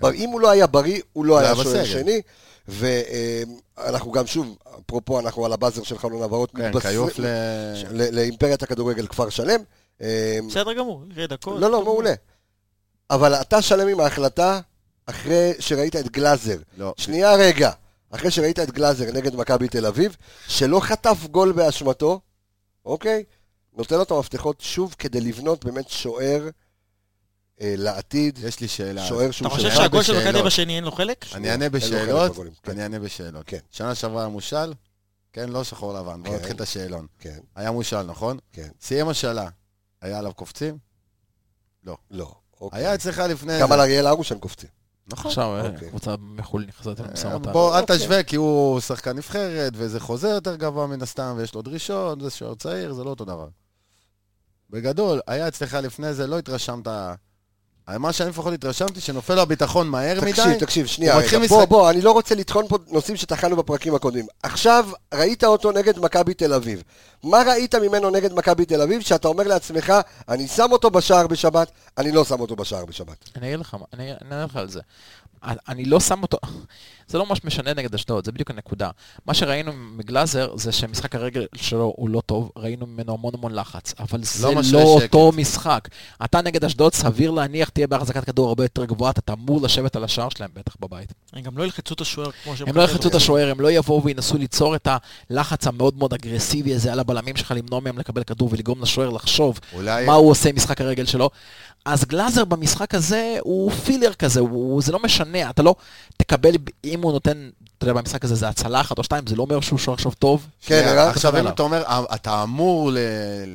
בר- אם הוא לא היה בריא, הוא לא היה כן. היה שוער בסגל. שני. ואנחנו גם שוב, אפרופו, אנחנו על הבאזר של חלון הבאות, כן, מתבשר- כיוף ל... ל- לאימפריית הכדורגל כפר שלם. אה, בסדר גמור, יראה דקות. לא, לא, מעולה. אבל אתה שלם עם ההחלטה אחרי שראית את גלאזר. אוקיי. לא. שנייה רגע. אחרי שראית את גלאזר נגד מכבי תל אביב, שלא חטף גול באשמתו, אוקיי? נותן לו את המפתחות שוב כדי לבנות באמת שוער אה, לעתיד, יש לי שאלה. שוער שהוא אתה חושב שוער. שאלה שהגול של מכבי בשאלות. בשני אין לו חלק? אני אענה לו חלק בשאלות, בגולים, כן. אני אענה בשאלות. כן. שנה שעברה היה מושאל, כן, לא שחור לבן, בואו כן. נתחיל את השאלון. כן, היה מושאל, נכון? כן. סיים השאלה, היה עליו קופצים? לא. אוקיי. היה אצלך לפני... גם זה. על אריאל הרושן קופצים. נכון. עכשיו, אה, אוקיי. קבוצה מחו"ל נכנסת אה, למשא ומתן. בוא, אל אוקיי. תשווה, כי הוא שחקן נבחרת, וזה חוזה יותר גבוה מן הסתם, ויש לו דרישות, זה שוער צעיר, זה לא אותו דבר. בגדול, היה אצלך לפני זה, לא התרשמת... מה שאני לפחות התרשמתי, שנופל לו הביטחון מהר מדי. תקשיב, תקשיב, שנייה, הוא רגע. מתחיל בוא, משחק- בוא, אני לא רוצה לטחון פה נושאים שטחנו בפרקים הקודמים. עכשיו, ראית אותו נגד מכבי תל אביב. מה ראית ממנו נגד מכבי תל אביב, שאתה אומר לעצמך, אני שם אותו בשער בשבת, אני לא שם אותו בשער בשבת. אני אגיד לך, מה- אני אני אענה לך על זה. אני לא שם אותו, זה לא ממש משנה נגד אשדוד, זה בדיוק הנקודה. מה שראינו מגלאזר זה שמשחק הרגל שלו הוא לא טוב, ראינו ממנו המון המון לחץ, אבל זה משרה לא שקט. אותו משחק. אתה נגד אשדוד, סביר להניח תהיה בהחזקת כדור הרבה יותר גבוהה, אתה אמור לשבת על השער שלהם בטח בבית. הם גם לא ילחצו את השוער כמו שהם הם לא חשבו. יחצו את השוער, הם לא יבואו וינסו ליצור את הלחץ המאוד מאוד אגרסיבי הזה על הבלמים שלך, למנוע מהם לקבל כדור ולגרום לשוער לחשוב אולי... מה הוא עושה עם משחק הרגל שלו. אז גלאזר במשחק הזה הוא פילר כזה, הוא, זה לא משנה, אתה לא תקבל, אם הוא נותן, אתה יודע, במשחק הזה זה הצלה אחת או שתיים, זה לא אומר שהוא שוער עכשיו טוב. כן, שנייה, ערן? עכשיו אם עליו. אתה אומר, "אה, אתה אמור ל-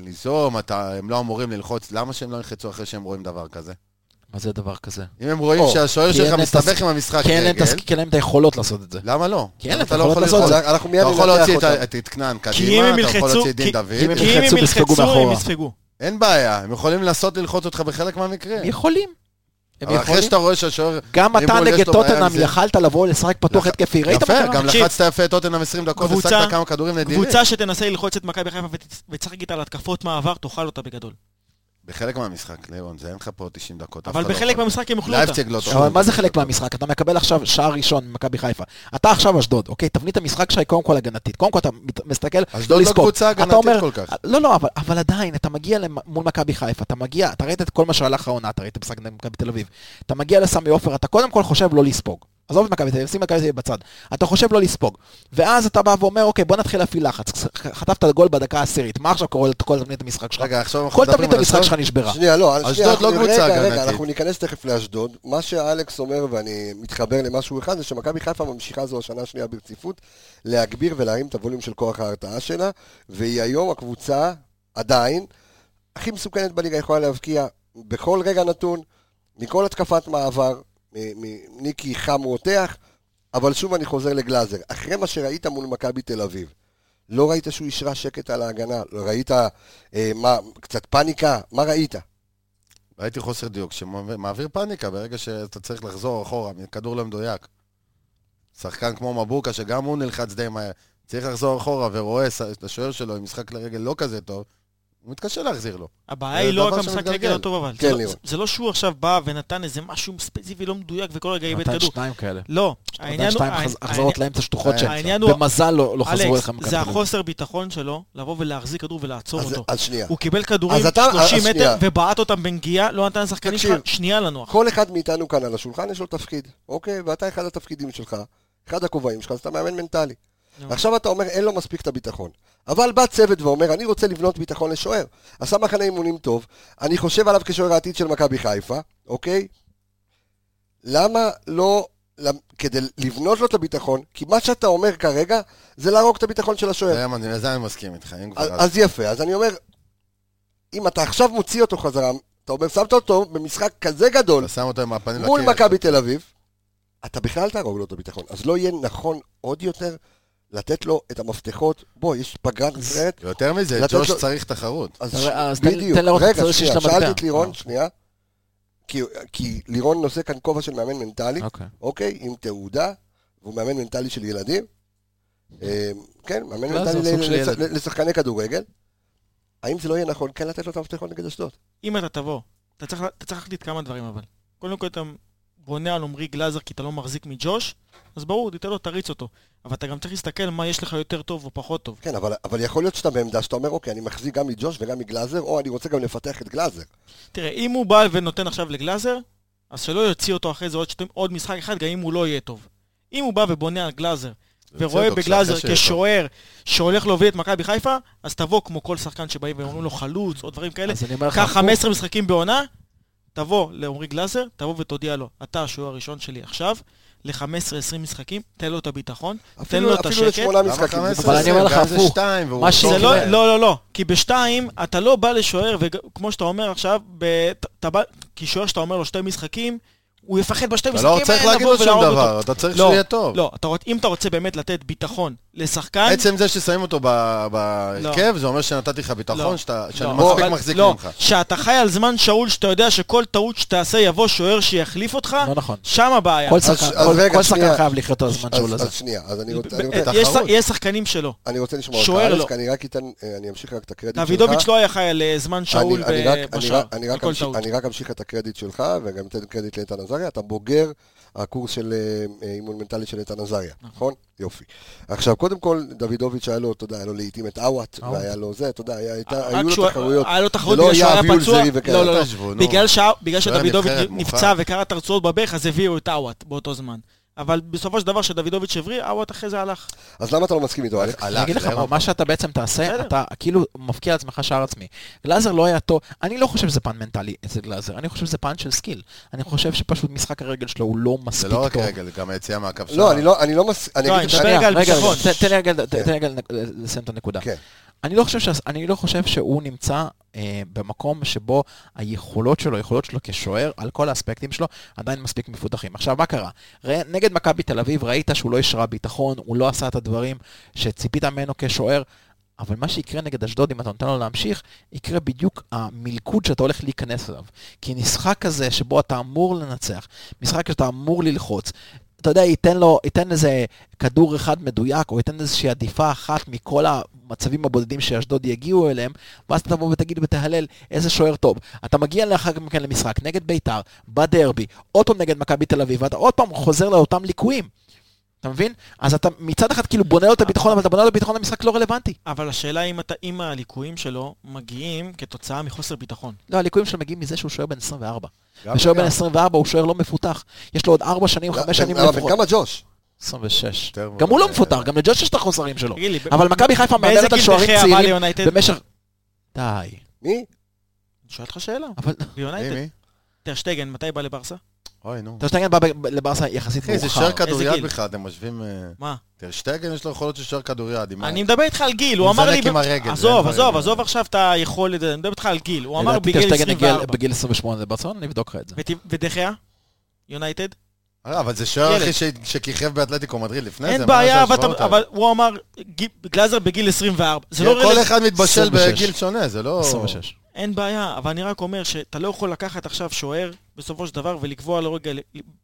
ליזום, אתה- הם לא אמורים ללחוץ, למה שהם לא ילחצו אחרי שהם רואים דבר כזה? מה זה דבר כזה? אם הם רואים או, שהשוער כי שלך אין את מסתבך הס- עם המשחק כי אין להם את רגל, הס- כי אין להם את היכולות לעשות את זה. כן, למה לא? כי אין להם אתה את לא יכול היכולות לעשות את ללחוץ. זה. אז אנחנו אתה מיד יכול ננתח להוציא את אותם. ה- את אתקנן כי אם קדימה, הם אתה יכול ילחצו, להוציא את דין כי- כי אם דוד. אם הם הם יחצו, יספגו ילחצו, הם מאחורה. יספגו. אין בעיה, הם יכולים לנסות ללחוץ אותך בחלק מהמקרים. הם יכולים. הם אבל אחרי יכולים. שאתה רואה שהשוער... גם אתה ליברפול יש נגד לו בעיה עם טוטנאם זה. יכלת לבוא לשחק פתוח לח- התקפי, ראית מה יפה, קרה? גם לא תקשיב. לחצת יפה את טוטנאם 20 דקות, קבוצה- ושחקת כמה כדורים נדירים. קבוצה שתנסה ללחוץ את מכבי חיפה ות- ותשחק איתה על התקפות מעבר, תאכל אותה בגדול. בחלק מהמשחק, לירון, זה אין לך פה 90 דקות. אף אבל אחד לא בחלק יכול. מהמשחק הם יאכלו אותה. לייפציג לא טוב. אבל מה זה חלק מהמשחק? אתה מקבל עכשיו שער ראשון ממכבי חיפה. אתה עכשיו אשדוד, אוקיי? תבנית המשחק שלך היא קודם כל הגנתית. קודם כל אתה מת- מסתכל, אשדוד לא לזכור. קבוצה אתה הגנתית אומר- כל כך. לא, לא, אבל, אבל עדיין, אתה מגיע למ- מול מכבי חיפה, אתה מגיע, אתה ראית את כל מה שהלך העונה, אתה ראית משחק נגד מכבי תל אביב. אתה מגיע לסמי עופר, אתה קודם כל חושב לא לספוג. עזוב את מכבי תל אביב, שים את מכבי תל אביב בצד. אתה חושב לא לספוג. ואז אתה בא ואומר, אוקיי, בוא נתחיל להפעיל לחץ. חטפת גול בדקה העשירית, מה עכשיו קורה לכל תבנית המשחק שלך? רגע, עכשיו אנחנו כל מדברים תבנית על המשחק אשדוד. שלך נשברה. שנייה, לא, אשדוד שנייה, לא אנחנו- קבוצה רגע, הגנתית. רגע, אנחנו ניכנס תכף לאשדוד. מה שאלכס אומר, ואני מתחבר למשהו אחד, זה שמכבי חיפה ממשיכה זו השנה השנייה ברציפות, להגביר ולהרים את הווליום של כוח ההרתעה שלה, והיא היום הקבוצה, עדיין, הכי מסוכנת בליגה, יכולה להבקיע בכל רגע נתון, מכל התקפת מעבר, מ- מ- ניקי חם רותח, אבל שוב אני חוזר לגלאזר. אחרי מה שראית מול מכבי תל אביב, לא ראית שהוא השרה שקט על ההגנה, לא ראית אה, מה, קצת פאניקה, מה ראית? ראיתי חוסר דיוק שמעביר פאניקה ברגע שאתה צריך לחזור אחורה, כדור לא מדויק. שחקן כמו מבוקה, שגם הוא נלחץ די מהר, צריך לחזור אחורה ורואה ס- את השוער שלו עם משחק לרגל לא כזה טוב, הוא מתקשה להחזיר לו. הבעיה היא זה לא רק דבר המשחק שמתגלגל. רגל לא טוב, אבל. כן, זה לא- לירון. זה לא שהוא עכשיו בא ונתן איזה משהו ספציפי לא מדויק וכל רגע איבד נתן כדור. שניים כאלה. לא, נתן העניין הוא... שתיים חז- העניין- החזרות לאמצע שטוחות ש... העניין הוא... במזל לא לא חזרו אלכס, אליך מכבי תל זה אביב. החוסר ביטחון שלו לבוא ולהחזיק כדור ולעצור אז, אותו. אז שנייה. הוא קיבל כדורים אז אתה- 30 אז מטר שנייה. ובעט אותם בנגיעה, לא נתן לשחקנים שלך תקשיב. שנייה לנוח. כל אחד מאיתנו כאן על השולחן יש לו תפקיד, אוקיי? ואתה אחד התפקידים שלך, אחד הכובעים שלך, אז אתה מאמן מנטלי. נו. עכשיו אתה אומר, אין לו מספיק את הביטחון. אבל בא צוות ואומר, אני רוצה לבנות ביטחון לשוער. עשה מחנה אימונים טוב, אני חושב עליו כשוער העתיד של מכבי חיפה, אוקיי? למה לא... למ- כדי לבנות לו את הביטחון, כי מה שאתה אומר כרגע, זה להרוג את הביטחון של השוער. זה אני- לזה אני מסכים איתך, אם כן. אז, כבר... אז- אז יפה, אז אני אומר, אם אתה עכשיו מוציא אותו חזרה, אתה אומר, שמת אותו במשחק כזה גדול, אתה שם אותו עם הפנים מול לקיר. מכבי תל אביב, אתה בכלל תהרוג לו את הביטחון. אז לא יהיה נכון עוד יותר לתת לו את המפתחות, בוא, יש פגרת נפרדת, יותר מזה, לתת ג'וש לו- צריך תחרות. אז אז ש- תן- בדיוק. תן לראות את רגע, הצד שיש שנייה, למטבע. שאלתי את לירון, אה. שנייה, כי- כי לירון נושא כאן כובע של מאמן מנטלי, אוקיי. אוקיי, עם תעודה, והוא מאמן מנטלי של ילדים. אה, כן, מאמן לא, מנטלי זה סוג ל- של לש- ילד. לשחקני כדורגל. האם זה לא יהיה נכון כן לתת לו את המפתחות נגד אשדוד? אם אתה תבוא, אתה צריך- אתה צריך להחליט כמה דברים אבל. קודם כל אתה בונה על עמרי גלאזר כי אתה לא מחזיק מג'וש, אז ברור, תיתן לו, תריץ אותו. אבל אתה גם צריך להסתכל מה יש לך יותר טוב או פחות טוב. כן, אבל, אבל יכול להיות שאתה בעמדה שאתה אומר, אוקיי, אני מחזיק גם מג'וש וגם מגלאזר, או אני רוצה גם לפתח את גלאזר. תראה, אם הוא בא ונותן עכשיו לגלאזר, אז שלא יוציא אותו אחרי זה עוד, שתי- עוד משחק אחד, גם אם הוא לא יהיה טוב. אם הוא בא ובונה על גלאזר, ורואה אותו, בגלאזר כשאחרי שיהיה כשוער שהולך להוביל את מכבי חיפה, אז תבוא כמו כל שחקן שבאים ואומרים לו חלוץ או דברים כאלה. אז אני אומר לך, קח 15 משחקים בעונה, תבוא לעמרי גלאזר, תבוא ותודיע לו, אתה השוער הראשון שלי עכשיו, ל-15-20 משחקים, תן לו את הביטחון, תן לו אפילו, את אפילו השקט. לשמונה למה משחקים. 15? אבל אני אומר לך גם זה הפוך. שתיים, והוא מה טוב. זה שזה לא, אוקיי. לא, לא, לא, כי בשתיים אתה לא בא לשוער, וכמו שאתה אומר עכשיו, ב- ת- אתה בא, כי שוער שאתה אומר לו שתי משחקים, הוא יפחד בשתי אתה משחקים לא צריך האלה להגיד לבוא לו שום ולהרוג אותו. דבר, אתה צריך לא, שהוא יהיה טוב. לא, אתה רוצ- אם אתה רוצה באמת לתת ביטחון לשחקן, עצם זה ששמים אותו ב- בהרכב, זה אומר שנתתי לך ביטחון, לא. שאתה- לא, שאני מספיק אבל- מחזיק לא, ממך. שאתה חי על זמן שאול, שאתה יודע שכל טעות שתעשה יבוא שוער שיחליף אותך, לא נכון. שם הבעיה. כל אז- שחקן- אז כל- רגע, כל שחקן שנייה. חייב לחיות על הזמן שהוא אז, לא אז זה. שנייה, אז אני רוצה, אני ב- רוצה, אה, יש- תחרות. יש שחקנים שלו. אני רוצה לשמוע אותך, שוער אלכס, לא. כי אני רק אתן, אה, אני אמשיך רק את הקרדיט שלך. דוידוביץ' לא היה חי על אה, זמן אני- שאול אני רק- ב- אני בשער, רק- אני רק בכל אמשיך- טעות. אני רק אמשיך את הקרדיט שלך, וגם אתן קרדיט לאיתן עזריה, עזריה, אתה בוגר הקורס של אה, אה, אימון מנטלי של איתן עזריה, נכון? יופי. עכשיו, קודם כל, דוידוביץ' היה לו, אתה יודע, היה לו לעיתים את עוואט, עוואט. והיה לו זה, אתה יודע, היה- הייתה- אה, רק היו שהוא- לו תחרויות. היה לו תחרות זה לא בגלל שהוא היה היה אביול פצוע. זרי וכאלה. לא, לא, לא. תחשבו, נו. לא בגלל שה- בגלל שהיה שדוידוביץ' נבחרת נפצע מוכרעת. וקרע את הרצועות בברך, אז הביאו את עוואט באותו זמן. אבל בסופו של דבר, כשדוידוביץ' הבריא, עוואט אחרי זה הלך. אז למה אתה לא מסכים אה, איתו, אלכס? אני אגיד לך, מה- לאירופה. מה שאתה בעצם תעשה, בסדר. אתה כאילו מפקיע על עצמך שער עצמי. גלאזר לא היה טוב, אני לא חושב שזה פן מנטלי אצל גלאזר, אני חושב שזה פן של סקיל. אני חושב שפשוט משחק הרגל שלו הוא לא זה לא מספיק טוב. רק רגל, גם היציאה מהקו אה, לא, אני לא, אני לא מסכים, אני לא, אגיד לך, אני מדבר שנייה, רגע על רגע, ביטחון. ת- תן לי רגע ת- כן. תן לי רגע לנק- לסיים את הנקודה. כן. אני לא חושב שה- אני לא חושב שהוא נמצא אה, במקום שבו היכולות שלו, היכולות שלו כשוער, על כל האספקטים שלו, עדיין מספיק מפותחים. עכשיו, מה קרה? ראה- נגד מכבי תל אביב ראית שהוא לא השרה ביטחון, הוא לא עשה את הדברים שציפית ממנו כשוער. אבל מה שיקרה נגד אשדוד, אם אתה נותן לו להמשיך, יקרה בדיוק המלכוד שאתה הולך להיכנס אליו. כי משחק כזה שבו אתה אמור לנצח, משחק שאתה אמור ללחוץ, אתה יודע, ייתן לו, ייתן איזה כדור אחד מדויק, או ייתן איזושהי עדיפה אחת מכל המצבים הבודדים שאשדוד יגיעו אליהם, ואז אתה תבוא ותגיד ותהלל איזה שוער טוב. אתה מגיע לאחר מכן למשחק נגד ביתר, בדרבי, עוד פעם נגד מכבי תל אביב, ואתה עוד פעם חוזר לאותם ליקויים. אתה מבין? אז אתה מצד אחד כאילו בונה לו את הביטחון, אבל אתה בונה לו את הביטחון למשחק לא רלוונטי. אבל השאלה אם אתה- אם הליקויים שלו מגיעים כתוצאה מחוסר ביטחון. לא, הליקויים שלו מגיעים מזה שהוא שוער בן 24. ושוער בן 24 הוא שוער לא מפותח. יש לו עוד 4 שנים, 5 שנים אבל בן לפחות. כמה ג'וש? 26. יותר גם הוא מ- לא מפותח, גם לג'וש יש את החוסרים שלו. תגיד לי, ב- אבל מכבי חיפה כן. באיזה מאבדת על גיל שוערים דחיה בא צעירים ליונייטד? במשך... די. מי? אני שואל אותך שאלה. אבל מי, ליונייטד, מי? טרשטגן, מתי בא לברסה? אוי, נו. טרשטגן בא ב- לברסה יחסית אחי, זה שוער מאוחר. כדוריד גיל? בכלל, אתם משווים... אה, מה? טרשטגן יש לו יכולות של שוער כדוריד. עם ה- אני מדבר איתך על גיל, הוא הוא אמר לי... מזנק עם הרגל, עזוב, זה עזוב, הרגל. עזוב עכשיו את היכולת, אני מדבר איתך על גיל. הוא אמר לדעתי בגיל טרשטגן הגיע 24. בגיל 28 לברצלונה, נבדוק לך את זה. ות- ודחיה? יונייטד? אה, אבל זה שוער, ילד. אחי, ש- שכיכב באתלטיקו מדריד לפני זה. אין מה אפשר בעיה, אבל להשוות אתה- אותם? אבל הוא אמר, גיל- גלאזר בגיל 24. זה לא כל רלוונטי. אחד מתבשל 26. בגיל שונה, זה לא... 26. אין בעיה, אבל אני רק אומר שאתה לא יכול לקחת עכשיו שוער, בסופו של דבר, ולקבוע לו רגע,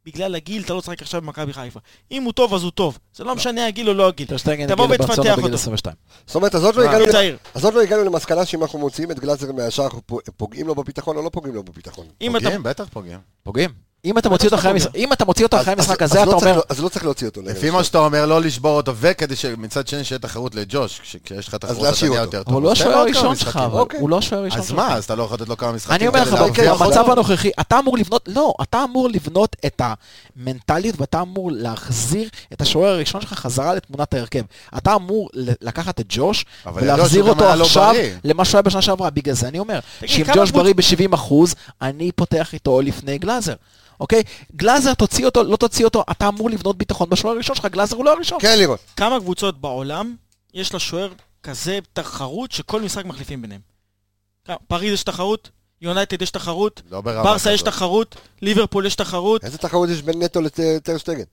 בגלל הגיל אתה לא צריך עכשיו במכבי חיפה. אם הוא טוב, אז הוא טוב. זה לא משנה הגיל או לא הגיל. טרשטגן תבוא הגיע לברצלונה ותפתח בגיל אותו. 22. זאת אומרת, אז עוד לא מה, הגענו הוא ל- אה, צעיר. אז עוד לא הגענו למסקנה שאם אנחנו מוציאים את גלאזר מהשאר, אנחנו פו- פוגעים לו בביטחון או לא פוגעים לו בביטחון. אם אתה... פוגעים, בטח פוגעים. פוגעים. אם אתה מוציא אותו אחרי פוגע. המשחק- אם אתה מוציא אותו אחרי אז- המשחק אז- הזה, אז לא אתה צריך אומר... לו- אז לא צריך להוציא אותו. לפי נגד מה אשדוד. שאתה אומר, לא לשבור אותו, וכדי שמצד שני שיהיה תחרות לג'וש, כש- כשיש לך תחרות אתה להשאיר נהיה אותו. יותר אבל טוב. הוא לא אז תן לו השוער עוד כמה הראשון משחקים. שלך, אבל אוקיי. הוא לא השוער הראשון אז שלך. מה, לא אז אתה לא יכול לתת לו כמה משחקים? אני אומר כדי לך, להרוויח אוקיי, כן, ב- אותו? במצב הנוכחי, אתה אמור לבנות, לא, אתה אמור לבנות את המנטליות ואתה אמור להחזיר את השוער הראשון שלך חזרה לתמונת ההרכב. אתה אמור ל- לקחת את ג'וש אבל ולהחזיר ג'וש הוא גם אותו היה לא עכשיו בריא. למה שהוא היה בשנה שעברה. בגלל זה אני אומר, תגיד, שאם כמה ג'וש קבוצ- בריא ב-70 אחוז, אני פותח איתו לפני גלאזר. אוקיי? גלאזר, תוציא אותו, לא תוציא אותו, אתה אמור לבנות ביטחון בשוער הראשון שלך, גלאזר הוא לא הראשון. כן, לירון. כמה קבוצות בעולם יש לה שוער כזה תחרות שכל משחק מחליפים ביניהם? כמה- פריז יש תחרות, יונייטד יש תחרות, לא ברמה ברסה יש כזאת. תחרות, ליברפול יש תחרות. איזה תחרות יש בין נטו לטרשטגן?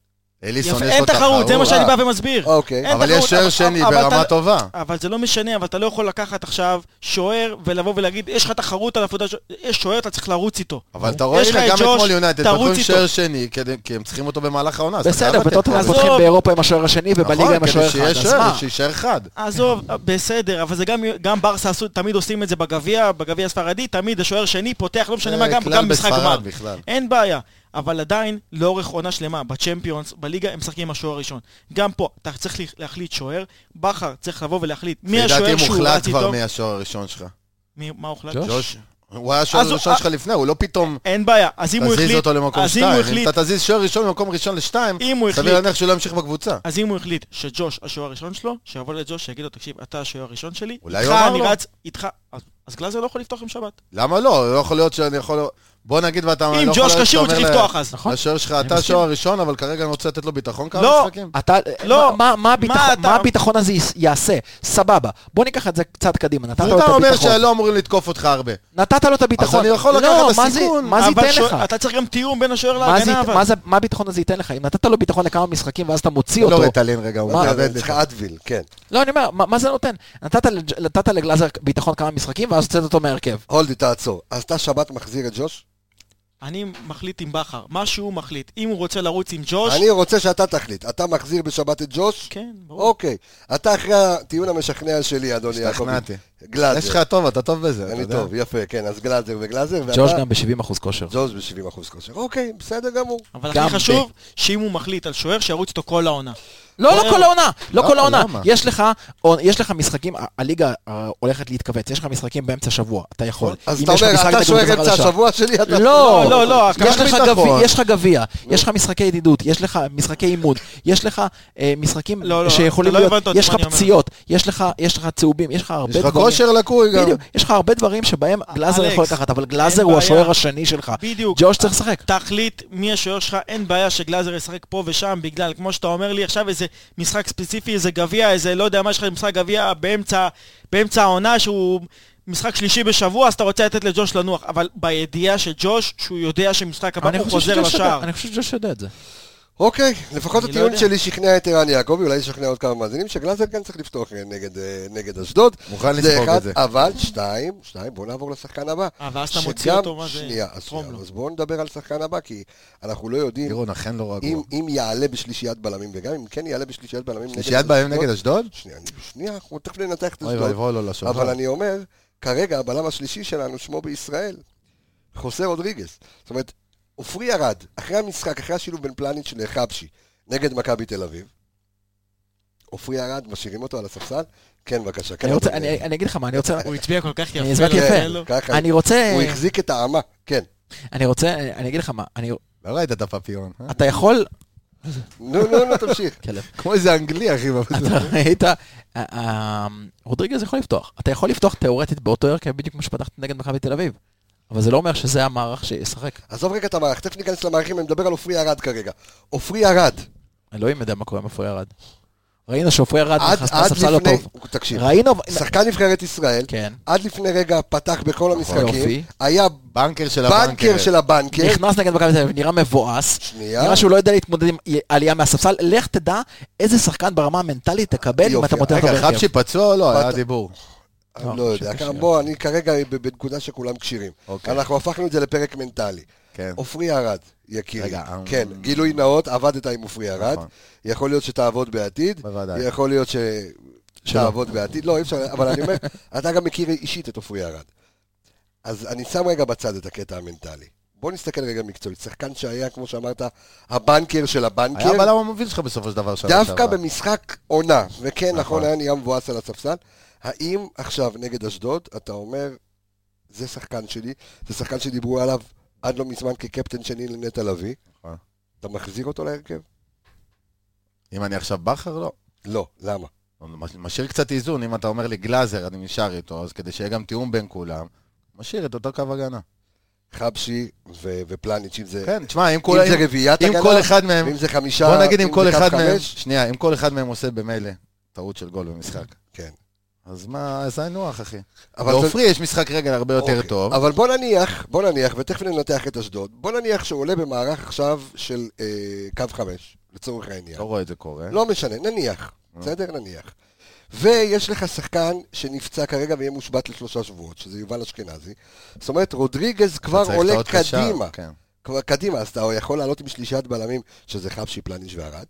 אליסון יפה, יש אין לו תחרות, זה מה תחרות. אה. שאני בא ומסביר. אוקיי. אין אבל יש תחרות, שוער אבל- שני אבל אתה- ברמה טובה. אבל זה לא משנה, אבל אתה לא יכול לקחת עכשיו שוער ולבוא ולהגיד, יש לך תחרות על עבודה, ש- יש שוער, אתה צריך לרוץ איתו. אבל אתה רואה, יש לך הנה, את גם ג'וש, אתמול יונייטד, תרוץ פתחו עם איתו. שוער שני, כדי- כי הם צריכים אותו במהלך העונה. אז אתה בסדר, חייב לתת בטוטנאם לו. עזוב. פותחים באירופה עם השוער השני נכון, ובליגה עם השוער אחד, כדי שיהיה אז שוער, מה? שיישאר אחד. עזוב, בסדר, אבל זה גם, גם ברסה עשו, תמיד עושים את זה בגביע, בגביע הספרדי, תמיד השוער שני פותח, לא משנה מה, גם, אה, כלל גם משחק בספרד גמר. בכלל. אין בעיה, אבל עדיין, לאורך עונה שלמה, בצ'מפיונס, בליגה, הם משחקים עם השוער הראשון. גם פה, אתה צריך לה- להחליט שוער, בכר צריך לבוא ולהחליט מי השוער לדעתי שהוא מוחלט רץ כבר איתו. מהשוער הראשון שלך. מי, מה הוחלט? ג'וש? ג'וש. הוא היה השוער אז הוא- הראשון שלך לפני, הוא לא פתאום אין בעיה, אז אם הוא החליט... תזיז אותו למקום אז אם הוא שתיים. אם החליט- אתה תזיז שוער ראשון ממקום ראשון לשתיים, אם הוא סביר החליט- להניח שהוא לא ימשיך בקבוצה. אז אם הוא החליט שג'וש השוער הראשון שלו, שיבוא לג'וש, שיגיד לו, תקשיב, אתה השוער הראשון שלי, אולי איתך הוא אמר אני לו. רץ, איתך... אז- אז גלאזר לא יכול לפתוח עם שבת. למה לא? לא יכול להיות שאני יכול... בוא נגיד ואתה... אם לא יכול ג'וש להיות כשיר הוא שאתה צריך אומר לפתוח אז. נכון. לשוער שלך, אני אתה מסכים. השוער הראשון, אבל כרגע אני רוצה לתת לו ביטחון כמה לא. משחקים. אתה, לא. מה, מה, מה, הביטחון, אתה- מה הביטחון הזה יס- יעשה? סבבה, בוא ניקח את זה קצת קדימה, נתת לו את אתה אומר הביטחון. שלא אמורים לתקוף אותך הרבה. נתת לו את הביטחון. אני יכול לקחת לא, את מה זה- הסיכון, מה זה אבל ייתן שוער- לך? אתה צריך גם תיאום בין השוער מה זה להגנה, ית- אבל... מה זה- מה הביטחון הזה ייתן לך? אם נתת לו ביטחון לכמה משחקים ואז אתה מוציא לא אותו... רטלין רגע, הוא מה? מתאבד צריך לך. אדוויל, כן. לא, אני אומר, מה מה זה נותן? נתת לג'- נתת לגלאזר ביטחון כמה משחקים ואז הוצאת אותו מהרכב. הולדי, תעצור. אז אתה שבת מחזיר את ג'וש? אני מחליט עם בכר, מה שהוא מחליט. אם הוא רוצה לרוץ עם ג'וש... אני רוצה שאתה תחליט. אתה מחזיר בשבת את ג'וש? כן, ברור. אוקיי. אתה אחרי הטיעון המשכנע שלי, אדוני יעקבי. השתכנעתי. גלאזר. יש לך טוב, אתה טוב בזה. אתה אני יודע. טוב, יפה, כן, אז גלאזר וגלאזר. ואתה- ג'וש גם ב-70% כושר. ג'וש ב-70 אחוז כושר. אוקיי, בסדר גמור. אבל גם הכי חשוב, שאם הוא מחליט על שוער, שירוץ איתו כל העונה. לא, לא כל העונה, לא למה? כל העונה. למה? יש לך יש לך משחקים, ה- הליגה אה, הולכת להתכווץ, יש לך משחקים באמצע השבוע, אתה יכול. אז אם אתה יש לך אומר, משחק אתה נגד שוער קבוצה אמצע חדשה. השבוע שלי, אתה... לא, לא, לא, יש לך ביטחון. גביע, יש לך גביע, יש לך משחקי ידידות, יש לך משחקי אימון, יש לך אה, משחקים לא, לא, שיכולים אתה לא להיות, הבנת אותי, יש מה לך אני אומר. פציעות, יש לך- יש לך צהובים, יש לך הרבה יש דברים. לך כושר לקוי גם. בדיוק, יש לך הרבה דברים שבהם גלאזר אה, אלכס, יכול לקחת, אבל גלאזר אין הוא בעיה. השוער השני שלך. בדיוק. ג'וש צריך לשחק. תחליט מי השוער שלך, אין בעיה שגלאזר ישחק פה ושם, בגלל, כמו שאתה אומר לי עכשיו, איזה משחק ספציפי, איזה גביע, איזה לא יודע מה, יש לך משחק גביע באמצע, באמצע העונה, שהוא משחק שלישי בשבוע, אז אתה רוצה לתת לג'וש לנוח, אבל בידיעה של ג'וש, שהוא יודע שמשחק הבא אני הוא חושב חוזר שג'וש יודע- לשער. כן, אני חושב שג'וש יודע את זה. אוקיי, לפחות אני לא הטיעון יודע. שלי שכנע את ערן יעקבי, אולי ישכנע עוד כמה מאזינים, שגלאזר כן צריך לפתוח אה, נגד, אה, נגד אשדוד. מוכן זה לספוג אחד, את זה. אבל שתיים, שתיים, בואו נעבור לשחקן הבא. אה, ואז אתה מוציא שגם- אותו, מה זה? שנייה, אז תרום שנייה, לו. אז בואו נדבר על שחקן הבא, כי אנחנו לא יודעים לירון אכן לא רגוע. אם, אם יעלה בשלישיית בלמים, וגם אם כן יעלה בשלישיית בלמים נגד שלישיית בהם נגד אשדוד? שנייה, אני- שנייה, אנחנו תכף ננתח את אוי אשדוד. ואבוי לא, לו לשולחן. לא. אבל אני אומר, כרגע הבלם השלישי שלנו, שמו בישראל, חוסה רודריגז. זאת אומרת, עופרי ירד, אחרי המשחק, אחרי השילוב בין פלניץ' לחבשי, נגד מכבי תל אביב, עופרי ירד, משאירים אותו על הספסל? כן, בבקשה. כן, אני רוצה- אבל- כן, אני אני אגיד לך מה, אני רוצה... הוא הצביע כל כך אני יפה, הסברתי לא יפה. היה לו. ככה, אני רוצה... הוא החזיק את האמה, כן. אני רוצה... אני אגיד לך מה, אני- לא ראית את הפפיון. אה? אתה יכול... נו, נו, נו, תמשיך. כמו איזה אנגלי, אחי. בפפיון. אתה ראית, אה, אה, רודריגז יכול לפתוח. אתה יכול לפתוח תיאורטית באותו הרכב בדיוק כמו שפתחת נגד מכבי תל אביב. אבל זה לא אומר שזה המערך שישחק. עזוב רגע את המערך, תכף ניכנס למערכים, אני מדבר על עופרי ירד כרגע. עופרי ירד, אלוהים יודע מה קורה עם עפרי ארד. ראינו שעפרי ארד עד נכנס עד לספסל לא לפני... טוב. תקשיב, ראינו... שחקן נבחרת ישראל, כן. עד לפני רגע פתח נכון. בכל יופי. המשחקים, היה בנקר של הבנקר. בנקר של כן. הבנקר, נכנס נגד מכבי תל אביב, נראה מבואס. שנייה. נראה שהוא לא יודע להתמודד עם עלייה מהספסל. לך תדע איזה שחקן ברמה המנטלית תקבל אם יופי. אתה מותח אותו רגע, בהרכב. חבשי כן, פצוע או לא? היה פת- דיבור. אני לא, לא יודע, שקשה. כמה- בוא, אני כרגע ב- בנקודה שכולם כשירים. אוקיי. אנחנו הפכנו את זה לפרק מנטלי. כן. עופרי ארד, יקירי. רגע, אמ- כן, גילוי נאות, עבדת עם עופרי ארד. נכון. יכול להיות שתעבוד בעתיד. בוודאי. יכול להיות ש... שתעבוד בעתיד. לא, אי אפשר, אבל אני אומר, אתה גם מכיר אישית את עופרי ארד. אז אני שם רגע בצד את הקטע המנטלי. בוא נסתכל רגע מקצועית. שחקן שהיה, כמו שאמרת, הבנקר של הבנקר. היה בלם המוביל שלך בסופו של דבר. שנה דווקא שעברה. במשחק עונה, וכן, נכון, נכון. היה נהיה מבואס על הספסל, האם עכשיו נגד אשדוד, אתה אומר, זה שחקן שלי, זה שחקן שדיברו עליו עד לא מזמן כקפטן שני לנטע לביא, נכון. אתה מחזיר אותו להרכב? אם אני עכשיו בכר, לא. לא, למה? משאיר קצת איזון, אם אתה אומר לי גלאזר, אני נשאר איתו, אז כדי שיהיה גם תיאום בין כולם, משאיר את אותו קו הגנה. חבשי ו- ופלניץ', אם זה... כן, תשמע, אם כולם... אם זה רביעיית אם הגנה, כל אחד מהם... ואם זה חמישה, בוא נגיד אם כל זה קו אחד מהם... חמש, שנייה, אם כל אחד מהם עושה במילא טעות של גול במשחק. כן. אז מה, אז היינו נוח, אחי. אבל לעופרי לא יש משחק רגל הרבה יותר אוקיי. טוב. אבל בוא נניח, בוא נניח, ותכף ננתח את אשדוד, בוא נניח שהוא עולה במערך עכשיו של אה, קו חמש, לצורך העניין. לא רואה את זה קורה. אוקיי. לא משנה, נניח, אה. בסדר? נניח. ויש לך שחקן שנפצע כרגע ויהיה מושבת לשלושה שבועות, שזה יובל אשכנזי. זאת אומרת, רודריגז כבר צריך עולה טעות קשה, קדימה. כן. כבר קדימה, אז אתה יכול לעלות עם שלישיית בלמים, שזה חבשי, פלניש וערד.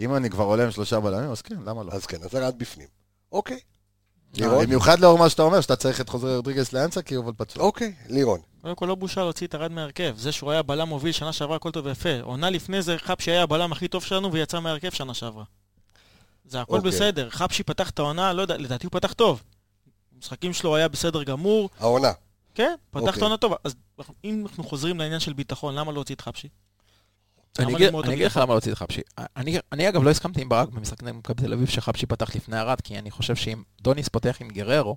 אם אני כבר עולה עם שלושה בלמים, אז כן, למה לא? אז כן, אז ערד בפנים. אוקיי, אה, לירון? במיוחד לאור מה שאתה אומר, שאתה צריך את חוזרי רודריגס לאמצע, כי יובל פצוע. אוקיי, לירון. קודם כל לא בושה להוציא את ארד מהרכב. זה שהוא היה בלם מוביל שנה שעברה, הכל טוב ויפה. עונה לפני זה חפשי היה הבלם הכי טוב שלנו ויצא מהרכב שנה שעברה. זה הכל אוקיי. בסדר. חפשי פתח את העונה, לא יודע, לדעתי הוא פתח טוב. המשחקים שלו היה בסדר גמור, העונה. כן, פתח את אוקיי. העונה טובה. אז אם אנחנו חוזרים לעניין של ביטחון, למה להוציא את חפשי? אני למה אגיד ללמוד אני אגיד את לך למה להוציא את חבשי. אני- אני אגב לא הסכמתי עם ברק במשחק נגד מכבי תל אביב שחבשי פתח לפני ארד, כי אני חושב שאם דוניס פותח עם גררו,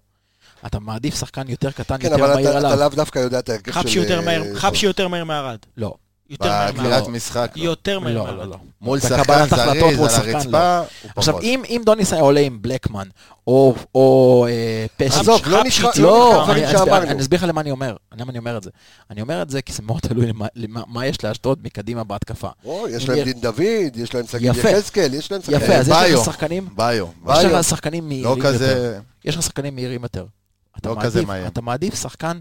אתה מעדיף שחקן יותר קטן, כן, יותר אבל מהיר אתה- אתה עליו. לאו דווקא יודע את ההרכב של... חפשי יותר אה, מהר- חפשי יותר מהר מערד. לא, יותר מהר מערד. בקריאת משחק. לא. יותר מהר לא, לא, מערד. לא. מול בקבלת שחקן החלטות מול זריז על שחקן, לא. לא. הרצפה, הוא עכשיו, פחות. אם, אם דוניס היה עולה עם בלקמן, או, או אה, פשט... עזוב, לא חפשי נשמע... ציון לא, כמה אני, דברים אני, אני, שאמרנו. אני אסביר לך למה אני אומר. למה אני אומר את זה. אני אומר את זה כי זה מאוד תלוי למה, למה מה יש לאשדוד מקדימה בהתקפה. או, יש אם להם יהיה- דין דוד, יש להם שגיב יפה. יחזקאל, יש להם שחקנים. יפה, אז יש ביו. לך שחקנים... ביו. יש ביו. לך שחקנים מהירים לא יותר. כזה... יש לך שחקנים מהירים יותר. אתה לא מעדיף- כזה מהיר. אתה מעדיף שחקן...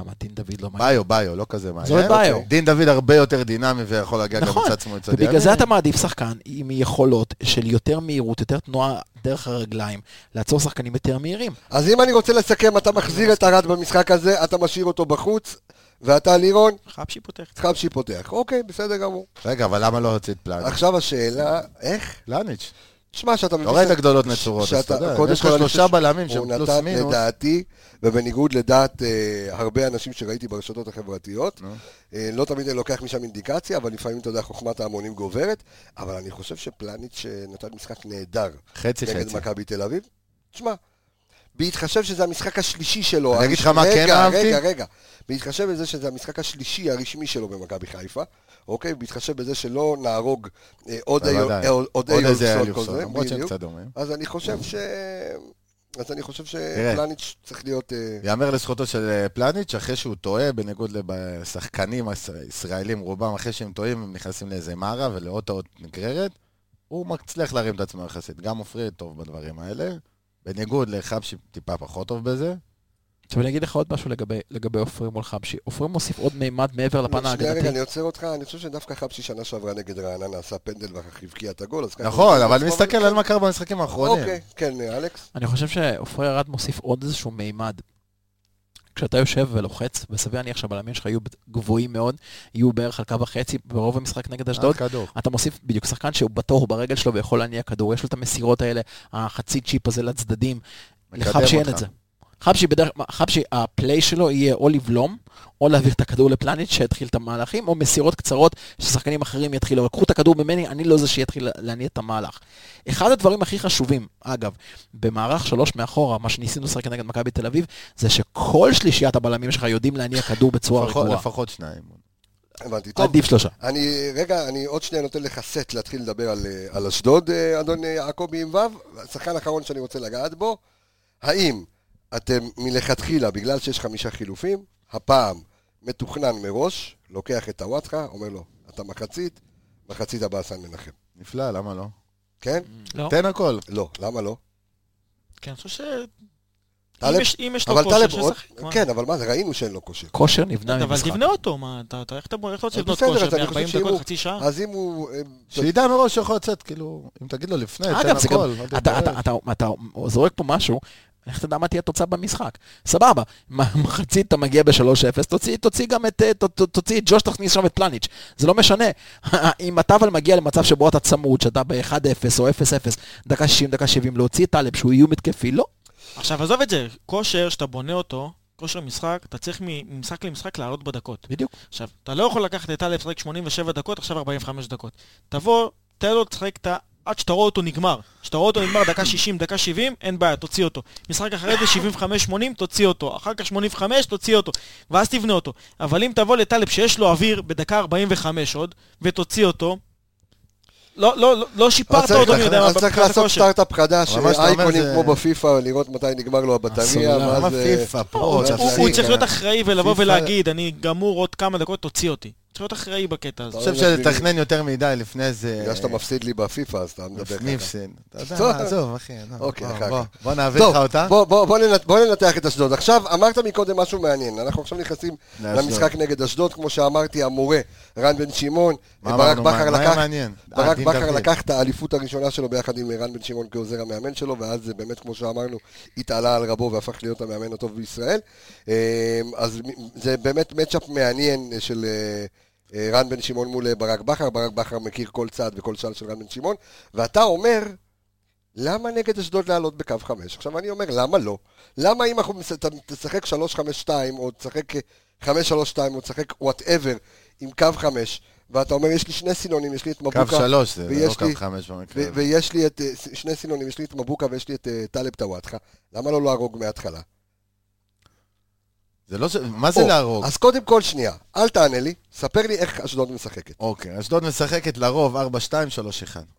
למה דין דוד לא מהיר? ביו, ביו, לא כזה מעניין. עזוב את ביו. אוקיי. דין דוד הרבה יותר דינמי ויכול להגיע גם נכון. מצד שמאל לצד ימין. ובגלל זה אתה מעדיף שחקן עם יכולות של יותר מהירות, יותר תנועה דרך הרגליים, לעצור שחקנים יותר מהירים. אז אם אני רוצה לסכם, אתה מחזיר את ארד במשחק הזה, אתה משאיר אותו בחוץ, ואתה, לירון, חבשי פותח. חבשי פותח. אוקיי, בסדר גמור. רגע, אבל למה לא הוציא את פלניץ'? עכשיו השאלה, איך? פלניץ'. תשמע, שאתה מביא... לא ראית גדולות נצורות, אז שאתה- אתה יודע. קודם יש לו כל, שלושה אני חושב בלמים שהם הוא פלוס נתן מינוס. לדעתי, ובניגוד לדעת אה, הרבה אנשים שראיתי ברשתות החברתיות, נו. אה, לא תמיד אני לוקח משם אינדיקציה, אבל לפעמים, אתה יודע, חוכמת ההמונים גוברת, אבל אני חושב שפלניץ' אה, נתן משחק נהדר חצי נגד חצי. מכבי תל אביב. תשמע, בהתחשב שזה המשחק השלישי שלו. אני אגיד לך מה רגע, כן אהבתי? רגע, רגע. בהתחשב בזה שזה המשחק השלישי הרשמי שלו במכבי חיפה, אוקיי? בהתחשב בזה שלא נהרוג אה, עוד בוודאי. איו- אה, עוד- עוד עוד איזה איולפסון, כל אליפסון, זה, למרות שהם בדיוק. קצת דומים. אז אני חושב ש... אז אני חושב שפלניץ' צריך להיות... אה, יאמר לזכותו של אה, פלניץ', אחרי שהוא טועה, בניגוד לשחקנים הישראלים, רובם, אחרי שהם טועים, הם נכנסים לאיזה מארה ולעוד טעות נגררת, הוא מצליח להרים את עצמו יחסית. גם עופרי טוב בדברים האלה, בניגוד לחבשי טיפה פחות טוב בזה. עכשיו אני אגיד לך עוד משהו לגבי- לגבי עופרי מול חבשי. עופרי מוסיף עוד מימד מעבר לפן שנייה רגע, ההגנתי. אני עוצר אותך, אני חושב שדווקא חבשי שנה שעברה נגד רעננה עשה פנדל ואחר כך הבקיע את הגול, אז ככה... נכון, אבל אני מסתכל על מה קרה במשחקים האחרונים. כן, אוקיי, כן, אלכס. אני חושב שעופרי ארד מוסיף עוד איזשהו מימד. כשאתה יושב ולוחץ, וסביר להניח שהבלמים שלך יהיו גבוהים מאוד, יהיו בערך על קו החצי ברוב המשחק נגד אשדוד, עד כדור. אתה מוסיף בדיוק שחקן שהוא בתור ברגל שלו ויכול להניע כדור, יש לו את המסירות האלה, החצי צ'יפ הזה לצדדים, מקדם לחבשי אין אותך. את זה. חבשי בדרך כלל, חבשי, הפליי שלו יהיה או לבלום, או להעביר את הכדור לפלניץ' שיתחיל את המהלכים, או מסירות קצרות ששחקנים אחרים יתחילו, לקחו את הכדור ממני, אני לא זה שיתחיל להניע את המהלך. אחד הדברים הכי חשובים, אגב, במערך שלוש מאחורה, מה שניסינו לשחק נגד מכבי תל אביב, זה שכל שלישיית הבלמים שלך יודעים להניע כדור בצורה לפחות- רגועה. לפחות שניים. הבנתי. טוב, עדיף שלושה. אני, רגע, אני עוד שנייה נותן לך סט להתחיל לדבר על, אה, על אשדוד, אה, אדון אה, יעקבי עם ו', השחקן האחרון שאני רוצה לגעת בו, האם אתם מלכתחילה, בגלל שיש חמישה חילופים, הפעם מתוכנן מראש, לוקח את הוואטחה, אומר לו, אתה מחצית, מחצית הבאה סן מנחם. נפלא, למה לא? כן? לא. תן הכל. לא, למה לא? כן, אני חושב ש... טלב- אם יש- אם יש לו אבל כושר, טלב, עוד- שישחק. מה? כן, אבל מה זה, ראינו שאין לו כושר. כושר נבנה אבל ממשחק. תבנה אותו, מה, אתה, אתה, איך אתה איך אתה רוצה אז לבנות בסדר, כושר אז אני חושב ב-40 שאם דקות, הוא- חצי שעה? אז אם הוא... אה, שידע מראש שיכול לצאת, כאילו, אם תגיד לו לפני, תן אגב, זה הכל. גם, אל אתה, תתבייש. אתה, אתה, אתה זורק פה משהו, איך אתה יודע מה תהיה התוצאה במשחק? סבבה, מ- מחצית אתה מגיע ב-3-0, תוציא, תוציא גם את, אה, ת, ת, תוציא את ג'וש, תכניס שם את פלניץ', זה לא משנה. אם אתה אבל מגיע למצב שבו אתה צמוד, שאתה ב-1-0 או 0-0, דקה 60, דקה 70, להוציא את טלב שהוא איום התקפי, לא. עכשיו, עזוב את זה, כושר שאתה בונה אותו, כושר משחק, אתה צריך מ- ממשחק למשחק לעלות בדקות. בדיוק. עכשיו, אתה לא יכול לקחת את טלב לשחק 87 דקות, עכשיו 45 דקות. תבוא, תן לו לשחק את ה... עד שאתה רואה אותו נגמר. כשאתה רואה אותו נגמר דקה 60, דקה 70, אין בעיה, תוציא אותו. משחק אחרי זה 75-80, תוציא אותו. אחר כך 85, תוציא אותו. ואז תבנה אותו. אבל אם תבוא לטלב שיש לו אוויר בדקה 45 עוד, ותוציא אותו, לא, לא, לא, לא שיפרת אז צריך אותו, אני יודע לח- מה, אז צריך מבחינת לעשות הכושר. סטארט-אפ חדש, אבל מה שאתה אומר אייקונים זה- כמו בפיפא, לראות מתי נגמר לו הבטריה, הסוללה, ואז... למה אה, פיפ"א לא, פה? הוא- הוא הוא תפסיק. צריך להיות אחראי ולבוא אה. פיפ"א- ולהגיד, אני גמור עוד כמה דקות, תוציא אותי. צריך להיות אחראי בקטע הזה. אני חושב שלתכנן יותר מדי לפני זה... בגלל שאתה מפסיד לי בפיפא, אז אתה מדבר ככה. ניפסן. אתה יודע טוב. מה, עזוב, אחי. נו, אוקיי, בוא, אחר בוא, כך. בוא נעביר טוב, לך אותה. בוא- בוא- בוא ננת- בוא ננתח את אשדוד. עכשיו, אמרת מקודם משהו מעניין, אנחנו עכשיו נכנסים לאשדוד. למשחק נגד אשדוד, כמו שאמרתי, המורה רן בן שמעון, מה ברק אמרנו? מה- בכר מה היה לקח מעניין? אה, ברק דין בכר דוד. לקח את האליפות הראשונה שלו ביחד עם רן בן שמעון כעוזר המאמן שלו, ואז זה באמת, כמו שאמרנו, התעלה על רבו והפך להיות המאמן הטוב בישראל. אה, אז מ- זה באמת מצ'אפ מעניין אה, של אה, אה, רן בן שמעון מול אה, ברק בכר, ברק בכר מכיר כל צעד וכל צעד של רן בן שמעון, ואתה אומר... למה נגד אשדוד לעלות בקו חמש? עכשיו אני אומר, למה לא? למה אם אנחנו מש- ת- תשחק 3-5-2, או תשחק אה, 5-3-2, או תשחק וואטאבר עם קו חמש, ואתה אומר, יש לי שני סינונים, יש לי את מבוקה... קו שלוש זה, זה לא ויש קו לי- חמש במקרה. ו- הזה. ויש לי את, אה, ס- שני סינונים, יש לי את מבוקה ויש לי את אה, טלב טוואטחה. למה לא להרוג מההתחלה? זה לא ש... מה זה או, להרוג? אז קודם כל, שנייה, אל תענה לי, ספר לי איך אשדוד משחקת. אוקיי, אשדוד משחקת לרוב 4-2-3-1.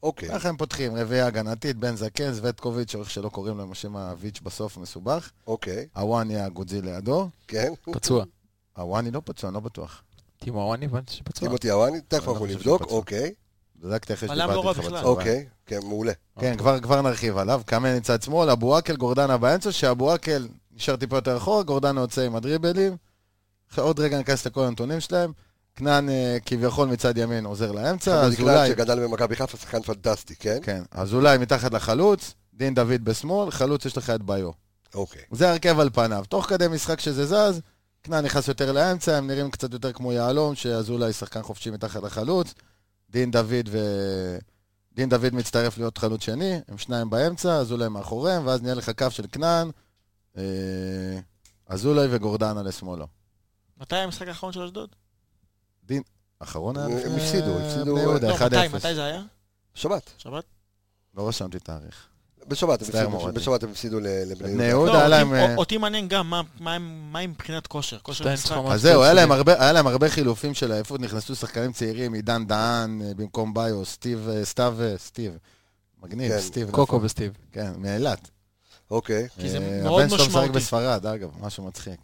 אוקיי. ככה הם פותחים, רביעייה הגנתית, בן זקן, זווטקוביץ', או איך שלא קוראים לו, עם השם הוויץ' בסוף מסובך. אוקיי, הוואני הגודזי לידו. כן. פצוע. הוואני לא פצוע, אני לא בטוח. תימו, אני הבנתי שפצוע. טימותי אוואני, תכף אני לא אנחנו חושב אה, נבדוק, שהוא פצוע. אוקיי. בדקתי אחרי בלם לא שדיברתי רע איתך בכלל. בצהריים. אוקיי, כן, מעולה. כן, אוקיי. כבר, כבר נרחיב עליו. קאמן מצד שמאל, אבו עקל, גורדנה באמצע, שאבו עקל נשאר טיפה יותר אחורה, גורדנה יוצא עם הדריבלים. אחרי- עוד רגע ניכנס לכל הנתונים שלהם. כנען אה, כביכול מצד ימין עוזר לאמצע, חמודי קלאן אזולאי, שגדל במכבי חיפה, שחקן פנטסטי, כן? כן, אזולאי מתחת לחלוץ, דין דוד בשמאל, חלוץ יש לך את ביו. אוקיי. זה ההרכב על פניו. תוך כדי משחק שזה זז, כנען נכנס יותר לאמצע, הם נראים קצת יותר כמו יהלום, שאזולאי שחקן חופשי מתחת לחלוץ. דין דוד ו... דין דוד מצטרף להיות חלוץ שני, הם שניים באמצע, אזולאי מאחוריהם, ואז נהיה לך קו של כנען, אה, אזולאי וגורדנה לשמאלו. מתי המשחק האחרון של אשדוד? אחרון היה הם לפני- הפסידו, הפסידו בני יהודה, לא, 1-0. מתי, מתי זה היה? שבת. שבת? לא רשמתי תאריך. בשבת הם מצטער, הפסידו, מורי. בשבת הם הפסידו ל- לבני לבני יהודה. יהודה לא, היה להם... אותי- אה, אותי מעניין גם מה- מה הם- מה עם מבחינת כושר, כושר שתיים משחק. צחוק. אז זהו, היה להם, הרבה, היה להם הרבה חילופים של העייפות, נכנסו שחקנים צעירים, עידן דהן אה, במקום ביו, סטיב, אה, סתיו, אה, סטיב, מגניב, כן, סטיב, קוקו נכון. וסטיב. כן, מאילת. אוקיי, כי זה אה, מאוד הבן שלו משחק משמעותי. בספרד, אגב, משהו מצחיק.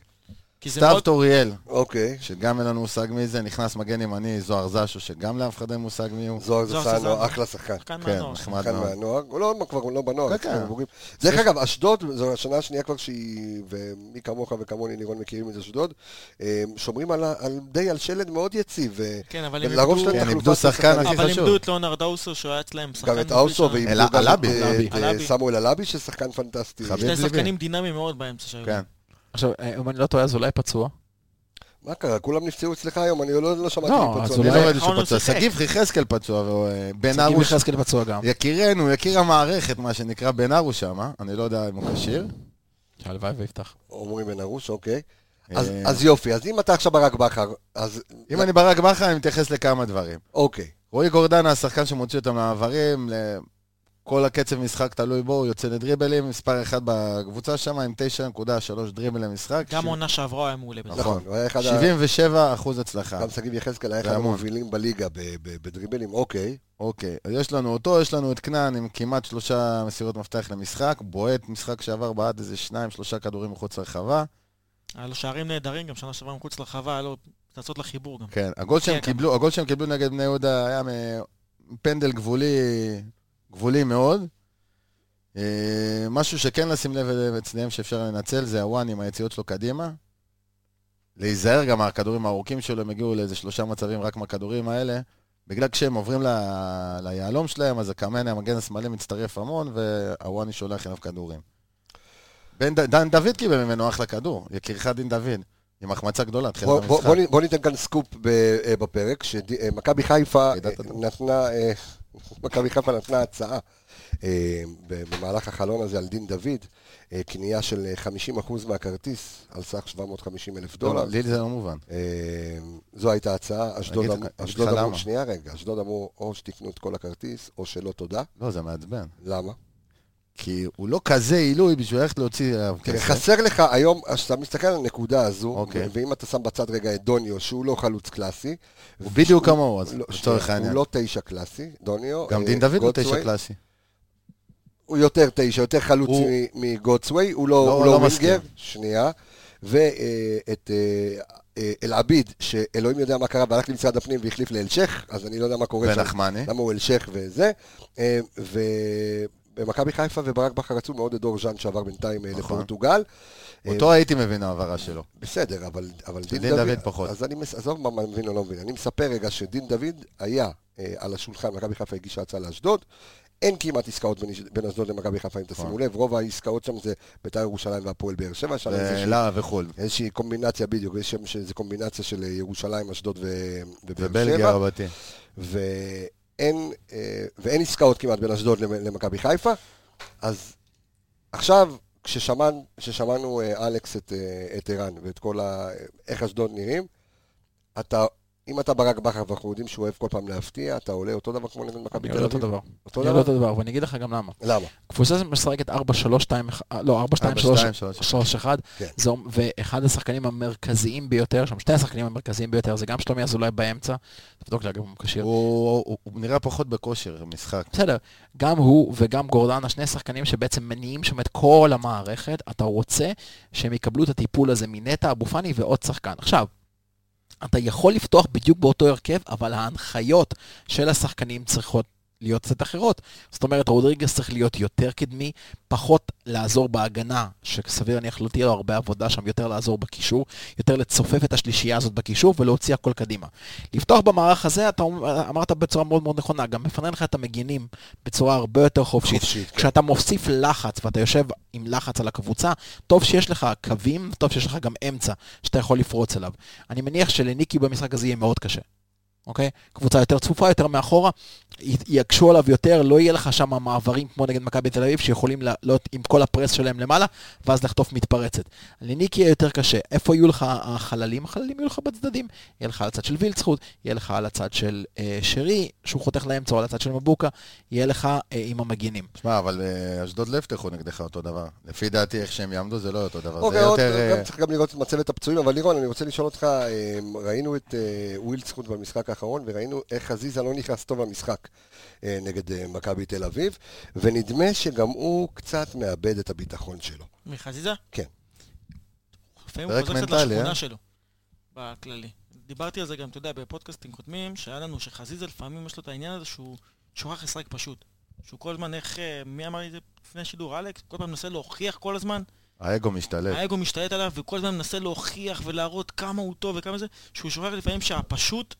כי זה סתיו מאוד... טוריאל, אוקיי. שגם אין לנו מושג מי זה, נכנס מגן ימני, זוהר זשו, שגם לאף אחד אין מושג מי הוא. זוהר זוהר זסנו, זסנו. אחלה שחקן. שחקן כן, מהנוער. נחמד שחקן מאוד. מהנוער. הוא לא כבר הוא לא בנוער. כן, שחקן כן. בבוגרים. דרך אגב, אשדוד, זו השנה השנייה כבר שהיא, ומי כמוך וכמוני לירון מכירים את אשדוד, אה, שומרים על ה- על- די על שלד מאוד יציב. אה, כן, אבל הם ולרוב איבדו- שלהם כן, תחלופת איבדו שחקן הכי אבל חשוב. איבדו את ליאונרד האוסו, שהוא היה אצלם שחקן... גם את מוביל האוסו שם. ואיבדו אלה- גם אלאבי. את, אה, את, אה, אלאבי. סמואל אלאבי, ששחקן פנטסטי. חביב. שני ליבי. שחקנים דינמיים מאוד באמצע שהיו. כן. עכשיו, אה, אם אני לא טועה, אז אולי פצוע. מה קרה? כולם נפצעו אצלך היום, אני לא לא שמעתי לא, מפצוע. אז אני אולי- לא ראיתי האחרון שהוא לא פצוע. שיחק. שגיב יחזקאל פצוע, ובן שגיב ארוש, יחזקאל פצוע גם. יקירנו, יקיר המערכת, מה שנקרא, בן ארוש שם, אה? אני לא יודע אם הוא כשיר. הלוואי ויפתח. עומרי בן ארוש, אוקיי. אז- אה, אז יופי, אז אם אתה עכשיו ברק בכר, אז אם אני ברק בכר, אני מתייחס לכמה דברים. אוקיי. רועי גורדנה, השחקן שמוציא אותם למעברים, ל- כל הקצב משחק תלוי בו, הוא יוצא לדריבלים, מספר אחד בקבוצה שם עם 9.3 דריבל למשחק. גם ש- עונה שעברה הוא היה מעולה בזה. נכון. נכון, הוא היה אחד ה... 77 אחוז הצלחה. גם שגיב יחזקאל היה אה, זה אחד המון. המובילים בליגה ב- ב- בדריבלים, אוקיי. אוקיי, אז יש לנו אותו, יש לנו את כנען עם כמעט שלושה מסירות מפתח למשחק, בועט משחק שעבר בעד איזה שניים, שלושה כדורים מחוץ לרחבה. היה לו שערים נהדרים, גם שנה שעברה מחוץ לרחבה, היה לו פצצות לחיבור גם. כן, הגול שהם כן, גם. קיבלו, הגול שהם קיבלו נגד בני יהודה היה מפנדל גבולי, גבולי מאוד. אה, משהו שכן לשים לב אליו אצלם שאפשר לנצל זה הוואן עם היציאות שלו קדימה. להיזהר גם מהכדורים הארוכים שלו, הם הגיעו לאיזה שלושה מצבים רק מהכדורים האלה. בגלל כשהם עוברים ל- ליהלום שלהם, אז הקמנה, המגן השמאלי, מצטרף המון, והוואני שולח אליו כדורים. בן ד- דן דוד קיבל ממנו אחלה כדור, יקירך דין דוד, עם החמצה גדולה, תחילת בוא- המשחק. בוא- בוא נ- בוא ניתן כאן סקופ ב- אה, בפרק, שמכבי חיפה אה, רעידת אדמה. נתנה, אה, מכבי חיפה נתנה הצעה אה, ב- במהלך החלון הזה על דין דוד, אה, קנייה של אה, 50% מהכרטיס על סך 750 אלף דולר. לא, לי זה לא מובן. אה, זו הייתה ההצעה, אשדוד אגיד- אמרו- אגיד לך אשדוד אמרו, למה. שנייה רגע, אשדוד אמרו או שתקנו את כל הכרטיס או שלא תודה, לא, זה מעצבן. למה? כי הוא לא כזה עילוי בשביל ללכת להוציא עליו תראה, כסף. כן, חסר לך היום, כשאתה מסתכל על הנקודה הזו, כן. אוקיי. ואם אתה שם בצד רגע את דוניו, שהוא לא חלוץ קלאסי, הוא בדיוק כמוהו, אז לא, לצורך שנייה, העניין. הוא לא תשע קלאסי, דוניו. גם אה, דין דוד הוא גוטסווי. תשע קלאסי. הוא יותר תשע, יותר חלוץ הוא- מ- מגוטסווי, הוא לא, לא, הוא לא לא ווינגר, מסכים. שנייה. אה, ואת אה, אלעביד, שאלוהים יודע מה קרה, והלך למשרד הפנים והחליף לאלשך, אז אני לא יודע מה קורה שם, ונחמני. למה הוא אלשך וזה. אה, ובמכבי חיפה וברק בכר רצו מאוד את דור ז'אן שעבר בינתיים אה, נכון. לפורטוגל. אה, אותו הייתי מבין ההעברה שלו. בסדר, אבל, אבל של דין דוד פחות. אז אני, מס- עזוב מה מה מבין או לא מבין, אני מספר רגע שדין דוד היה אה, על השולחן, מכבי חיפה הגישה הצעה לאשדוד, אין כמעט עסקאות בין, בין אשדוד למכבי חיפה, אם תשימו נכון. לב, רוב העסקאות שם זה בית"ר ירושלים והפועל באר שבע, שם איזושהי- אלה אה, וחו"ל. איזושהי קומבינציה, בדיוק, יש שם איזו קומבינציה של אה, ירושלים, אשדוד ו- ובאר ובלגיה שבע, רבתי. ואין, אה, ואין עסקאות כמעט בין אשדוד למ- למכבי חיפה, אז עכשיו, כששמענו, כששמענו אה, אלכס את, אה, את ערן ואת כל ה... איך אשדוד נראים, אתה, אם אתה ברק בכר ואנחנו יודעים שהוא אוהב כל פעם להפתיע, אתה עולה אותו דבר כמו נגד מכבי אני תל עולה אותו אביב? דבר. אותו אני עולה דבר? אותו דבר, ואני אגיד לך גם למה. למה? קבוצה שמשחקת 4, 3, 2, לא, 4, 2, 3, 4-2, אה, שלוש. 3, 1, כן. זה, אומר- ואחד השחקנים המרכזיים ביותר שם, שני השחקנים המרכזיים ביותר, זה גם שלומי אזולאי באמצע, תבדוק לי אגב אם הוא כן. כשיר. הוא הוא- הוא נראה פחות בכושר במשחק. בסדר, גם הוא וגם גורדנה, שני שחקנים שבעצם מניעים שם את כל המערכת, אתה רוצה שהם יקבלו את הטיפול הזה מנטע אבו פאני ועוד שחקן. עכשיו, אתה יכול לפתוח בדיוק באותו הרכב, אבל ההנחיות של השחקנים צריכות להיות קצת אחרות. זאת אומרת, רודריגס צריך להיות יותר קדמי, פחות לעזור בהגנה, שסביר להניח לא תהיה לו הרבה עבודה שם, יותר לעזור בקישור, יותר לצופף את השלישייה הזאת בקישור ולהוציא הכל קדימה. לפתוח במערך הזה, אתה אומר- אמרת בצורה מאוד מאוד נכונה, גם מפנה לך את המגינים בצורה הרבה יותר חופשית. חופשית, כן. כשאתה מוסיף לחץ ואתה יושב עם לחץ על הקבוצה, טוב שיש לך קווים, טוב שיש לך גם אמצע שאתה יכול לפרוץ אליו. אני מניח שלניקי במשחק הזה יהיה מאוד קשה. אוקיי? קבוצה יותר צפופה, יותר מאחורה, י- יקשו עליו יותר, לא יהיה לך שם מעברים כמו נגד מכבי תל אביב, שיכולים לעלות עם כל הפרס שלהם למעלה, ואז לחטוף מתפרצת. לניקי יהיה יותר קשה. איפה יהיו לך החללים? החללים יהיו לך בצדדים. יהיה לך על הצד של וילצחוט, יהיה לך על הצד של אה, שרי, שהוא חותך לאמצע, או על הצד של מבוקה, יהיה לך אה, עם המגינים. שמע, אבל אה, אשדוד לא יפתחו נגדך אותו דבר. לפי דעתי, איך שהם יעמדו זה לא יהיה אותו דבר. זה אוקיי, עוד, יותר... אה, גם צריך גם לראות את מצבת הפצועים, אבל לירון, אני רוצה לשאול אותך, אה, ראינו את אה, ווילד זכות במשחק האחרון, וראינו איך חזיזה לא נכנס טוב למשחק אה, נגד אה, מכבי תל אביב, ונדמה שגם הוא קצת מאבד את הביטחון שלו. מחזיזה? כן. לפעמים הוא פרק חוזר קצת מנטלי, לשכונה אה? שלו, בכללי. דיברתי על זה גם, אתה יודע, בפודקאסטים קודמים, שהיה לנו שחזיזה לפעמים יש לו את העניין הזה שהוא שוכח לשחק פשוט. שהוא כל הזמן, איך, אה, מי אמר לי את זה לפני השידור, אלכס? כל פעם מנסה להוכיח כל הזמן. אה, האגו משתלט. האגו משתלט עליו, וכל הזמן מנסה להוכיח ולהראות כמה הוא טוב וכמה זה, שהוא שוכח לפעמים שהפשוט,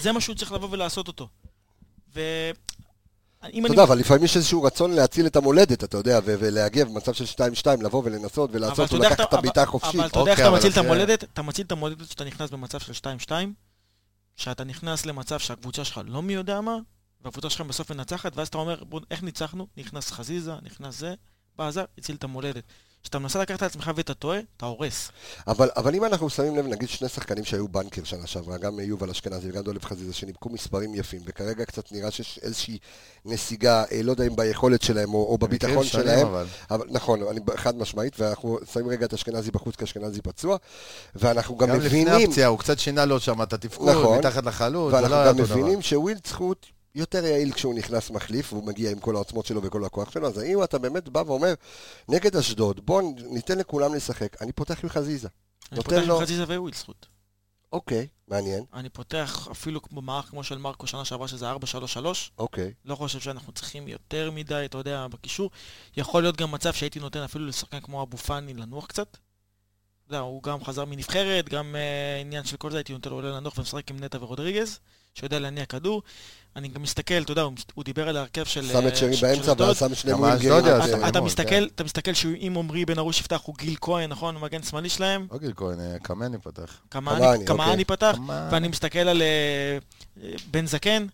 זה מה שהוא צריך לבוא ולעשות אותו. ו... אתה אם אני יודע, אבל לפעמים יש איזשהו רצון להציל את המולדת, אתה יודע, ו- ולהגיע במצב של 2-2, לבוא ולנסות אבל ולעשות אתה יודע איך ולקחת את אתה- הבעיטה אבל- החופשית. אבל אתה יודע איך אתה אוקיי, מציל את אבל אחרי- המולדת? אתה מציל את המולדת כשאתה נכנס במצב של 2-2, שאתה נכנס למצב שהקבוצה שלך לא מי יודע מה, והקבוצה שלך בסוף מנצחת, ואז אתה אומר, בוא, איך ניצחנו? נכנס חזיזה, נכנס זה, בא הזר, הציל את המולדת. כשאתה מנסה לקחת על עצמך ואתה טועה, אתה הורס. אבל, אבל אם אנחנו שמים לב, נגיד שני שחקנים שהיו בנקר שנה שעברה, גם יובל אשכנזי וגם דולב חזיזה, שניפקו מספרים יפים, וכרגע קצת נראה שיש איזושהי נסיגה, אה, לא יודע אם ביכולת שלהם או, או בביטחון במקרים שונים, שלהם, אבל. אבל, נכון, אני ב- חד משמעית, ואנחנו שמים רגע את אשכנזי בחוץ כי אשכנזי פצוע, ואנחנו גם, גם לפני מבינים, הפציעה, הוא קצת שינה לו שם את התפקוד, נכון. מתחת לחלוץ, זה ואנחנו לא היה גם אותו דבר. מבינים שווילדסחוט יותר יעיל כשהוא נכנס מחליף, והוא מגיע עם כל העוצמות שלו וכל הכוח שלו, אז האם אתה באמת בא ואומר, נגד אשדוד, בוא ניתן לכולם לשחק, אני פותח עם חזיזה. אני נותן פותח לו- עם חזיזה והוא זכות. אוקיי, מעניין, אני פותח אפילו כמו מערך כמו של מרקו שנה שעברה, שזה 4-3-3. אוקיי. לא חושב שאנחנו צריכים יותר מדי, אתה יודע, בקישור. יכול להיות גם מצב שהייתי נותן אפילו לשחקן כמו אבו פאני לנוח קצת. אתה יודע, הוא גם חזר מנבחרת, גם uh, עניין של כל זה, הייתי נותן לו עולה לנוח ומשחק עם נטע ורודריגז, שיודע להניע כדור. אני גם מסתכל, אתה יודע, הוא, מס- הוא דיבר על ההרכב של... שם אה, את כן. שרי של- של באמצע אשדוד. ואז שם שני אה, גם לא מולגרים. אשדוד על יעשו. זה. אתה, אתה אתמול, מסתכל, אתה מסתכל שאם עמרי בן ארוש יפתח הוא גיל כהן, נכון? מגן שמאלי שלהם. לא גיל כהן, אה, קמני פתח. קמאני, כמהני אוקיי. כמהני פתח. ואני מסתכל על אה, אה, בן זקן,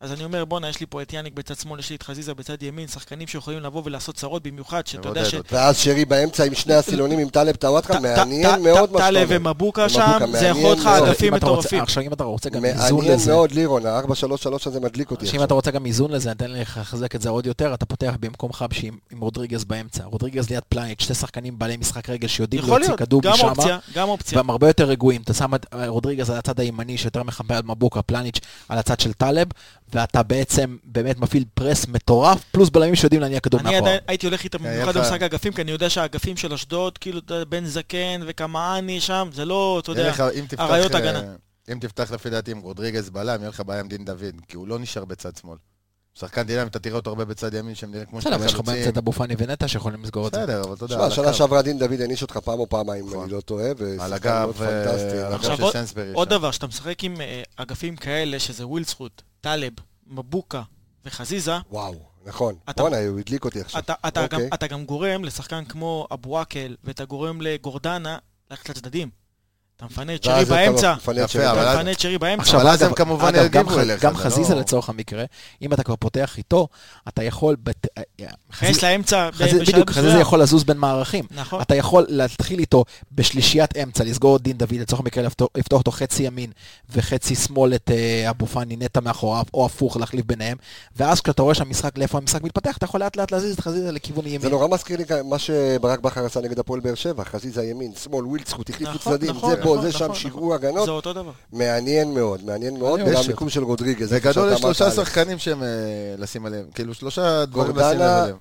אז אני אומר, בואנה, יש לי פה את יאניק בצד שמאל, יש לי את חזיזה בצד ימין, שחקנים שיכולים לבוא ולעשות צרות במיוחד, שאתה יודע מבודד ש... אותו. ואז שרי באמצע עם שני הסילונים עם טלב טוואטחה, ט- ט- מעניין ט- מאוד מה טלה שאתה אומר. ומבוקה שם, ומבוקה, זה יכול להיות לך מעניין מאוד. ענפים לא, אם אתה רוצה- אה, מטורפים. עכשיו אם אתה רוצה גם איזון מעניין לזה, מאוד, לירון, ה-4-3-3 הזה מדליק אותי. שאם עכשיו. אתה רוצה גם איזון לזה, נתן לי לחזק את זה עוד יותר, אתה פותח במקום חבשי עם- עם רודריגז באמצע. רודריגז ליד פלייט, שתי שחקנים בעלי משחק רגל שיודעים יכול להוציא להיות, כדור גם משם. אופציה, גם אופציה. והם הרבה יותר רגועים. אתה שם את אה, רודריגז על הצד הימני שיותר מחפה על מבוקה, פלניץ' על הצד של טלב, ואתה בעצם באמת מפעיל פרס מטורף, פלוס בלמים שיודעים להניע כדור אני מאחורה. עדיין הייתי הולך איתם במיוחד לך- במשחק האגפים, כי אני יודע שהאגפים של אשדוד, כאילו, אתה יודע, בן זקן וכמהני שם, זה לא, אתה יהיה יודע, לך- אם תפתח, אריות אה, הגנה. אם תפתח לפי דעתי עם רודריגז בלם, יהיה לך בעיה עם דין דוד, כי הוא לא נשאר בצד שמאל. שחקן דינם, אתה תראה אותו הרבה בצד ימין, שהם נראים כמו בסדר, אבל יש לך חלוצים. באמצע את אבו פאני ונטע שיכולים לסגור את זה. בסדר, אבל אתה יודע, תשמע, על שנה הקו. שעברה דין דוד העניש אותך פעם או פעמיים, אם נכון. אני לא טועה, על ושחקן מאוד הגב, פנטסטי. אה, על עכשיו הגב של עוד- סנסברי. עוד שם. דבר, שאתה משחק עם אה, אגפים כאלה, שזה ווילדסחוט, טלב, מבוקה וחזיזה, וואו, נכון. אתה- בואנה, הוא הדליק אותי עכשיו. אתה, אתה, okay. גם, אוקיי. אתה גם גורם לשחקן כמו אבו עקל, ואתה גורם לגורדנה ללכת לצדדים. אתה מפנה את שרי ואז אתה לא באמצע. מפנה את יפה, שרי. לא- אבל אתה אז- מפנה את שרי באמצע. עכשיו, אבל אז אגב- הם כמובן אגב, גם יגיבו ח- אליך, גם זה חזיזה לא- לצורך המקרה, אם אתה כבר פותח איתו, אתה יכול... בת- אה, אה, נכנס חזיזה- לאמצע. ב- חזיזה- בשלב בדיוק, מסוים. חזיזה יכול לזוז בין מערכים. נכון. אתה יכול להתחיל איתו בשלישיית אמצע, לסגור את דין דוד, לצורך המקרה לפתוח לפתוח אותו חצי ימין וחצי שמאל את אה, אבו פאני נטע מאחוריו, או הפוך, להחליף ביניהם, ואז כשאתה רואה שהמשחק, לאיפה המשחק מתפתח, אתה יכול לאט לאט להזיז את חזיזה לכיוון ימין. זה לא נורא מזכיר לי גם מה שברק בכר עשה נגד הפועל באר שבע, חזיזה ימין, שמאל, ווילדסחוט, החליפו נכון, צדדים, נכון, זה פה, נכון, זה שם, נכון, שיגרו הגנות. זה אותו דבר. מעניין מאוד, מעניין מאוד, יש- והמיקום של רודריגז. איפה בגדול שאתה יש שלושה אמרת, אלכס. שחקנים שהם אה, לשים עליהם, כאילו שלושה דברים גורדנה- לשים לב עליהם.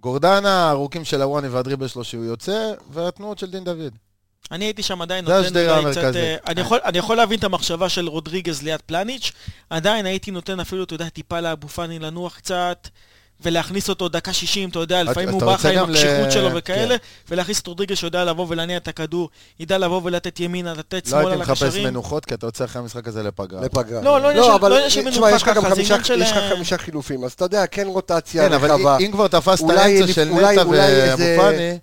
גורדנה, הארוכים של הוואני והדריבל שלו שהוא יוצא, והתנועות של דין דוד. אני הייתי שם עדיין זה נותן השדרה אולי קצת... המרכזית. אה, אני יכול- אני יכול להבין את המחשבה של רודריגז ליד פלניץ', עדיין הייתי נותן אפילו, אתה יודע, טיפה לאבו פאני לנוח קצת, ולהכניס אותו דקה 60, אתה יודע, לפעמים אתה הוא בא רוצה לך עם גם ל- הקשיחות שלו כן. וכאלה, ולהכניס את רודריגז שיודע לבוא ולהניע את הכדור, ידע לבוא ולתת ימינה, לתת לא שמאלה הייתי מחפש לקשרים. מנוחות, כי אתה יוצא אחרי המשחק הזה לפגרה. לפגרה. לא, לא עניין של- לא עניין של תשמע, מנוחה יש לך גם ככה, זה חמישה- עניין של- יש לך חמישה חילופים, אז אתה יודע, כן רוטציה כן, אבל רחבה. אם- אם כבר תפסת אולי אמצע לפ- של אולי- נטע אולי ואבו איזה- פאני,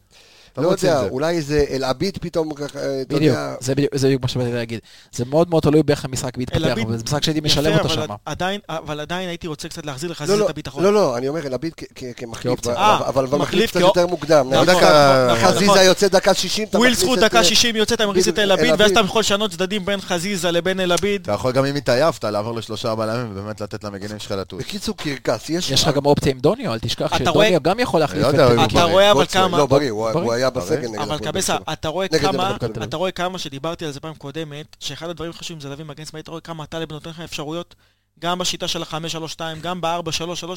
אתה לא רוצה את יודע, זה. אולי איזה אלעבית פתאום, ככה, אה, אתה בדיוק, יודע, זה בדיוק- זה בדיוק מה שבאתי להגיד. זה מאוד מאוד תלוי באיך המשחק אלא מתפתח, ביט- אבל זה משחק שהייתי יפה, משלם אותו אבל שם. עדיין- אבל עדיין הייתי רוצה קצת להחזיר לך לא, זיז לא, את הביטחון. לא, לא, אני אומר אלעבית כ- כ- כמחליף, כאופציה. אבל- אה, אבל אבל מחליף מחליף קצת כאופ- יותר מוקדם. נכון, נגיד, דקה- נכון, נכון. לא, חזיזה יוצא דקה 60, אתה ווילס מכניס זכות את, אה, דקה 60 יוצא, אתה מכניס את בדיוק, אלביד, אלביד. ואז אתה יכול לשנות צדדים בין חזיזה לבין אלביד. אתה יכול גם אם התעייפת, לעבור לשלושה בלמים ובאמת לתת למגינים שלך לטוס. בקיצור, קרקס, יש... יש לך גם אופציה עם דוניו, אל תשכח אתה רואה- שדוניו גם יכול להחליף אני לא יודע, הוא את אתה בריא, רואה אבל גולדסווי, כמה... לא, בריא, הוא בריא. הוא היה בסגל בריא. נגד... אבל הפועל באר קבסה, שבע. אתה רואה נגד כמה, הפועל באר שבע. אתה רואה כמה שדיברתי על זה פעם קודמת, שאחד הדברים החשובים זה להביא מגן שמאלי, אתה רואה כמה טלב נותן לך אפשרויות, גם בשיטה של ה-5-3-2, גם ב-4-3-3,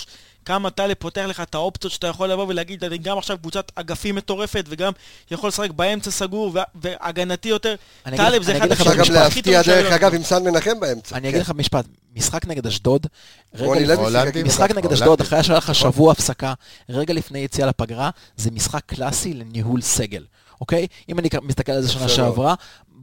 כמה טלב פותח לך את האופציות שאתה יכול לבוא ולהגיד, אני גם עכשיו קבוצת אגפים מטורפת, וגם יכול לשחק באמצע סגור ו- והגנתי יותר. אני אגיד- טלב זה אני אחד אגיד לך אפשר משפט גם הכי טובים להפתיע, שהיו דרך לנו. אגב, עם סן מנחם באמצע. כן. אני אגיד לך משפט, משחק נגד אשדוד, רגע רוני לפני- לוי הולנדים. שיחק עם משחק מכבי, נגד אשדוד, הולנדים. אחרי שהיה לך שבוע הפסקה, רגע לפני יציאה לפגרה, זה משחק קלאסי לניהול סגל, אוקיי? אם אני מסתכל על זה שנה יפה מאוד. שעברה,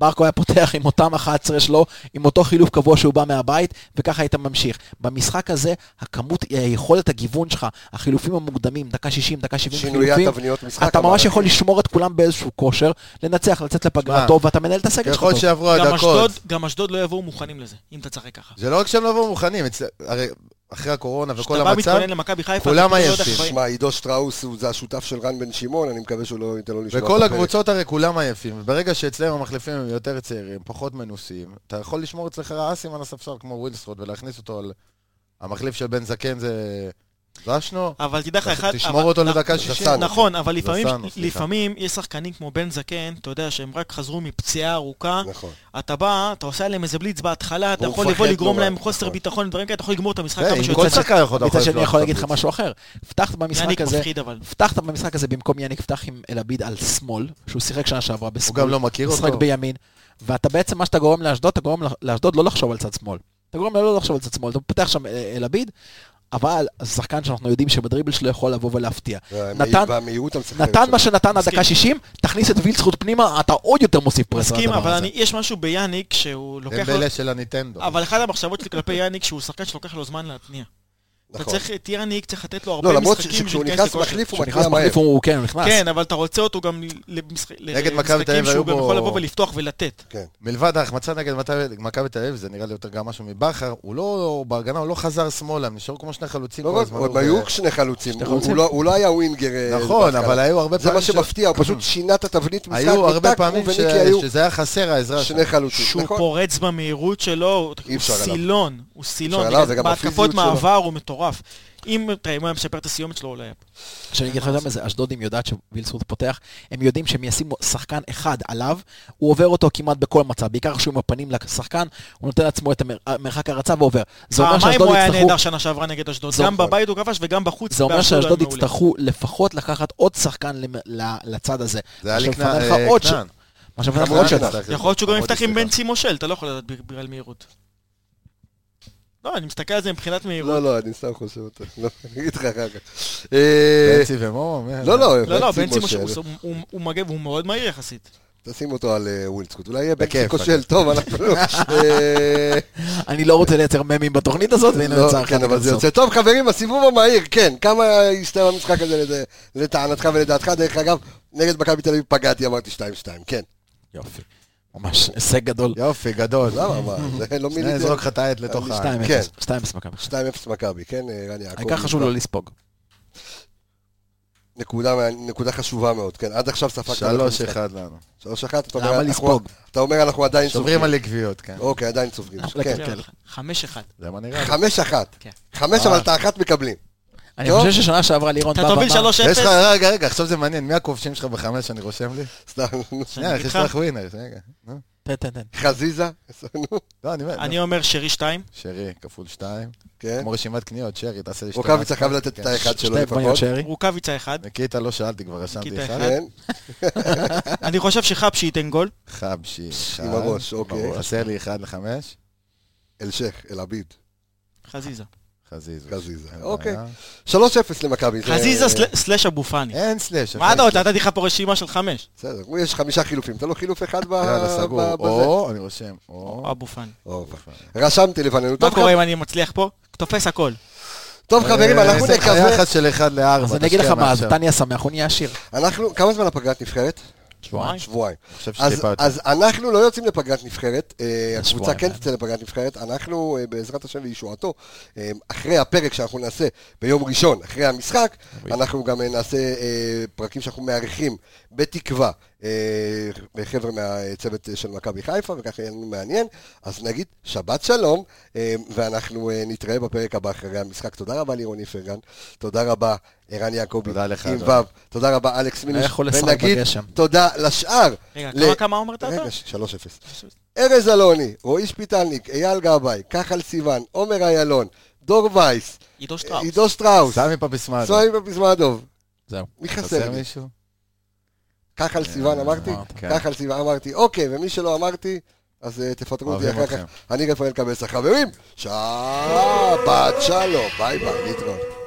ברקו היה פותח עם אותם 11 שלו, עם אותו חילוף קבוע שהוא בא מהבית, וככה היית ממשיך. במשחק הזה, הכמות, היכולת הגיוון שלך, החילופים המוקדמים, דקה 60, דקה 70 שינויי חילופים, התבניות משחק. אתה ממש המערכים. יכול לשמור את כולם באיזשהו כושר, לנצח, לצאת לפגרה שמע, טוב, ואתה מנהל את הסגל שלך ככל טוב. שיעברו גם הדקות. אשדוד- גם אשדוד לא יבואו מוכנים לזה, אם אתה תשחק ככה. לא, זה לא רק שהם לא באו מוכנים, אצל- הרי אחרי הקורונה וכל כשאתה בא המצב, מתכונן למכבי חיפה, כולם אתה לא יודע עייפים. איך באים. שמע, עידו שטראוס הוא זה השותף של רן בן שמעון, אני מקווה שהוא לא ייתן לו לשמוע. את וכל הפרק. הקבוצות הרי כולם עייפים. ברגע שאצלם המחליפים הם יותר צעירים, פחות מנוסים, אתה יכול לשמור אצלך אסים על הספסל כמו ווילסרוט ולהכניס אותו על... המחליף של בן זקן זה... זשנו? אבל תדע לך, אז אחד... תשמור אבל- אותו נ- לדקה 60. זסנו. נכון, אבל לפעמים, זסנו, סליחה. לפעמים יש שחקנים כמו בן זקן, אתה יודע, שהם רק חזרו מפציעה ארוכה, נכון. אתה בא, אתה עושה עליהם איזה בליץ בהתחלה, אתה והוא יכול לבוא מפחד לגרום נורא, להם חוסר נכון. ביטחון, דברים כאלה, אתה יכול לגמור את המשחק זה, כמה עם שיותר. כל שחקן יכול אתה מצד שני, אני לפתוח יכול להגיד לך תפריט. משהו אחר. הבטחת במשחק יניק הזה, מפחיד אבל. הבטחת במשחק הזה במקום יניק פתח עם אלעביד על שמאל, שהוא שיחק שנה שעברה הוא בשמאל, גם לא מכיר משחק אותו. בימין, ואתה בעצם, מה שאתה גורם לאשדוד, אתה גורם לאשדוד לא לחשוב על צד שמאל. אתה גורם לה לא לחשוב על צד שמאל, אתה פותח שם אה, אלעביד, אבל שחקן שאנחנו יודעים שבדריבל שלו יכול לבוא ולהפתיע. כן, נתן- והמהירות המשחקת. נתן שלו. מה שנתן עד מסכים. דקה 60, תכניס את וילצחוט פנימה, אתה עוד יותר מוסיף פרס מסכים, לדבר אבל הזה. אני- יש משהו ביאניק שהוא לוקח לו... דמבלה של הניטנדו. אבל אחת המחשבות שלי כלפי יאניק, שהוא שחקן שלוקח לו זמן להתניע. אתה נכון. צריך את יאניק, צריך לתת לו לא, הרבה למרות משחקים שכשהוא בשביל נכנס להיכנס לכושר. מחליף הוא כשהוא מתניע נכנס מהר. מחליף הוא, כן, הוא נכנס. כן, אבל אתה רוצה אותו גם למשחק- נגד מכבי תל אביב היו למשחקים שהוא גם בו- יכול לבוא ולפתוח ולתת. מלבד ההחמצה נגד מכבי- מכבי תל אביב, זה נראה לי יותר גם משהו מבכר, הוא לא, בהגנה הוא לא חזר שמאלה, הם נשארו כמו שני חלוצים לא כל רק, הזמן. הם הוא- היו שני חלוצים, שני הוא- חלוצים. הוא לא- הוא לא היה ווינגר. אה, נכון, בהתחלה. אבל היו הרבה זה פעמים... מה ש- שמפתיע, הוא פשוט שינה את התבנית משחק. היו הרבה וטק, פעמים הוא ש- וניקי היו שזה היה חסר העזרה שלו. שני חלוצים. שהוא נכון. פורץ במהירות שלו, אי הוא אפשר עליו. סילון, הוא סילון, עליו, זה גם הפיזיות בהתקפות שלו. מעבר הוא מטורף. אם תראה, אם הוא היה משפר את הסיומת שלו, אולי... היה פה. שאני אגיד לך יותר מזה, אשדודים יודעת שווילסרוט פותח, הם יודעים שהם ישימו שחקן אחד עליו, הוא עובר אותו כמעט בכל מצב, בעיקר כשהוא עם הפנים לשחקן, הוא נותן לעצמו את המר- מרחק הרצה ועובר. זה אומר פעמיים שאשדוד אה, הוא היה נהדר יצטרכו... שנה שעברה נגד אשדוד, זה גם נכון. בבית הוא כבש וגם בחוץ. זה אומר באשדוד הוא היה שאשדוד מעולה. יצטרכו לפחות לקחת עוד שחקן למ- ל- לצד הזה. זה היה אה, מה לי שמפנה כנען. לך עוד ש- מה שמפנה לך עוד כנען. שטח. יכול להיות שהוא גם עוד יפתח עם סליחה. בן צימושל, אתה לא יכול לדעת ב- בגלל מהירות. לא, אני מסתכל על זה מבחינת מהירות. לא, לא, אני סתם חושב אותו. לא, אני אגיד לך אחר כך. אה, בנצי ומור? מי- לא, לא, לא, לא, בנצי בן צימושל מושל. הוא- הוא- הוא מגן, והוא מאוד מהיר יחסית. תשים אותו על אה, ווילדסקוט, אולי יהיה בנצי בכיף, כושל, טוב, אנחנו... אה, אני לא רוצה לייצר ממים בתוכנית הזאת, והנה לא, יצא אחד כן, אבל זה בסוף. יוצא טוב, חברים, הסיבוב המהיר, כן. כמה הסתיים המשחק הזה לד- לטענתך ולדעתך? דרך אגב, נגד מכבי תל אביב פגעתי, אמרתי 2-2, כן. יופי. ממש הישג גדול. יופי, גדול. למה, מה? זה לא מילי... שנייה, נזרוק לך את העט לתוך אני ה... סתם. כן. 2-0, 2-0 מכבי. 2-0 מכבי, כן, אה, רן יעקב? העיקר חשוב לא לספוג. נקודה, נקודה חשובה מאוד, כן. עד עכשיו ספגת... שלוש אחד לנו. 3-1, אתה אומר... למה אנחנו- לספוג? אתה אומר אנחנו עדיין סופגים. שוברים על עקביות, כן. אוקיי, עדיין סופגים. אנחנו כן. לקראת. כן. חמש אחד. זה מה נראה. לי. חמש אחת. כן. חמש, אבל את האחת מקבלים. אני טוב. חושב ששנה שעברה לירון אתה בא תוביל ואמר... שלוש יש לך, אפס. רגע, רגע, עכשיו זה מעניין, מי הכובשים שלך בחמש שאני רושם לי? אה, סתם. שנייה, איך יש לך ווינר? רגע. נו. תן, תן, תן. חזיזה, נו, לא, אני אומר, אני אומר שרי 2. שרי, כפול שתיים. כן. כמו רשימת קניות, שרי, תעשה לי רוקאביצה חייב מהספורט. לתת את כן. האחד שלו שתי עגבניות לפחות. שרי. רוקאביצה 1. ניקיטה לא שאלתי, כבר רשמתי ניקיטה אחד. אחד. כן, אני חושב שחבשי ייתן גול. חבשי, אחד. עם הראש, אוקיי. חסר לי אחד לחמש, אלשיך, אלעביד, חזיזה. חזיזו. חזיזה. אין אוקיי. בעיה. 3-0 למכבי. זה- חזיזה סל- סלאש אבו פאני. אה, אין סלאש. מה אתה עוד? נתתי לך פה רשימה של חמש. בסדר, הוא יש חמישה חילופים, תן לו חילוף אחד ב- יאללה, אה, ב- סגור. בזה. או, אני רושם, או. אבו פאני. או, רשמתי לפנינו. מה טוב, קורה חב- אם אני מצליח פה? תופס הכל. טוב חברים, אה, אנחנו זה נקווה... היחס של אחד לארבע. אז אני אגיד לך תשקיע מה, אז מעכשיו. אתה נהיה שמח, הוא נהיה עשיר. אנחנו, כמה זמן הפגרת נבחרת? שבועיים. שבועיים. אני חושב אז, שטיפה יותר. אז אנחנו לא יוצאים לפגרת נבחרת, אה, הקבוצה שבועיים, כן אה? תצא לפגרת נבחרת, אנחנו אה, בעזרת השם וישועתו, אה, אחרי הפרק שאנחנו נעשה ביום ראשון, אחרי המשחק, אוי. אנחנו גם אה, נעשה אה, פרקים שאנחנו מארחים, בתקווה, אה, חבר'ה מהצוות אה, של מכבי חיפה, וככה יהיה לנו מעניין, אז נגיד שבת שלום, אה, ואנחנו אה, נתראה בפרק הבא אחרי המשחק. תודה רבה לירוני פרגן, תודה רבה ערן יעקבי, תודה לך, עם אדון. ו', תודה רבה אלכס מינוש, יכול לשחק ונגיד בגשם. תודה לשאר. רגע, ל- כמה- כמה אמרת אתה? רגע, ש- 3-0. ארז אלוני, רועי שפיטלניק, אייל גבאי, כחל סיון, עומר איילון, דור וייס, עידו שטראוס. עידו שטראוס, סמי פפיסמדו. סמי פפיזמדוב. זהו. מי חסר חסר לי? מישהו? כחל סיון אמרתי? אמרת. כן. כחל סיון אמרתי. אוקיי, ומי שלא אמרתי, אז אה, תפטרו אותי אוהבים אחר אתכם. כך. אני רפאל קבסה. חברים, שבת שלום. ביי ביי, נתראות.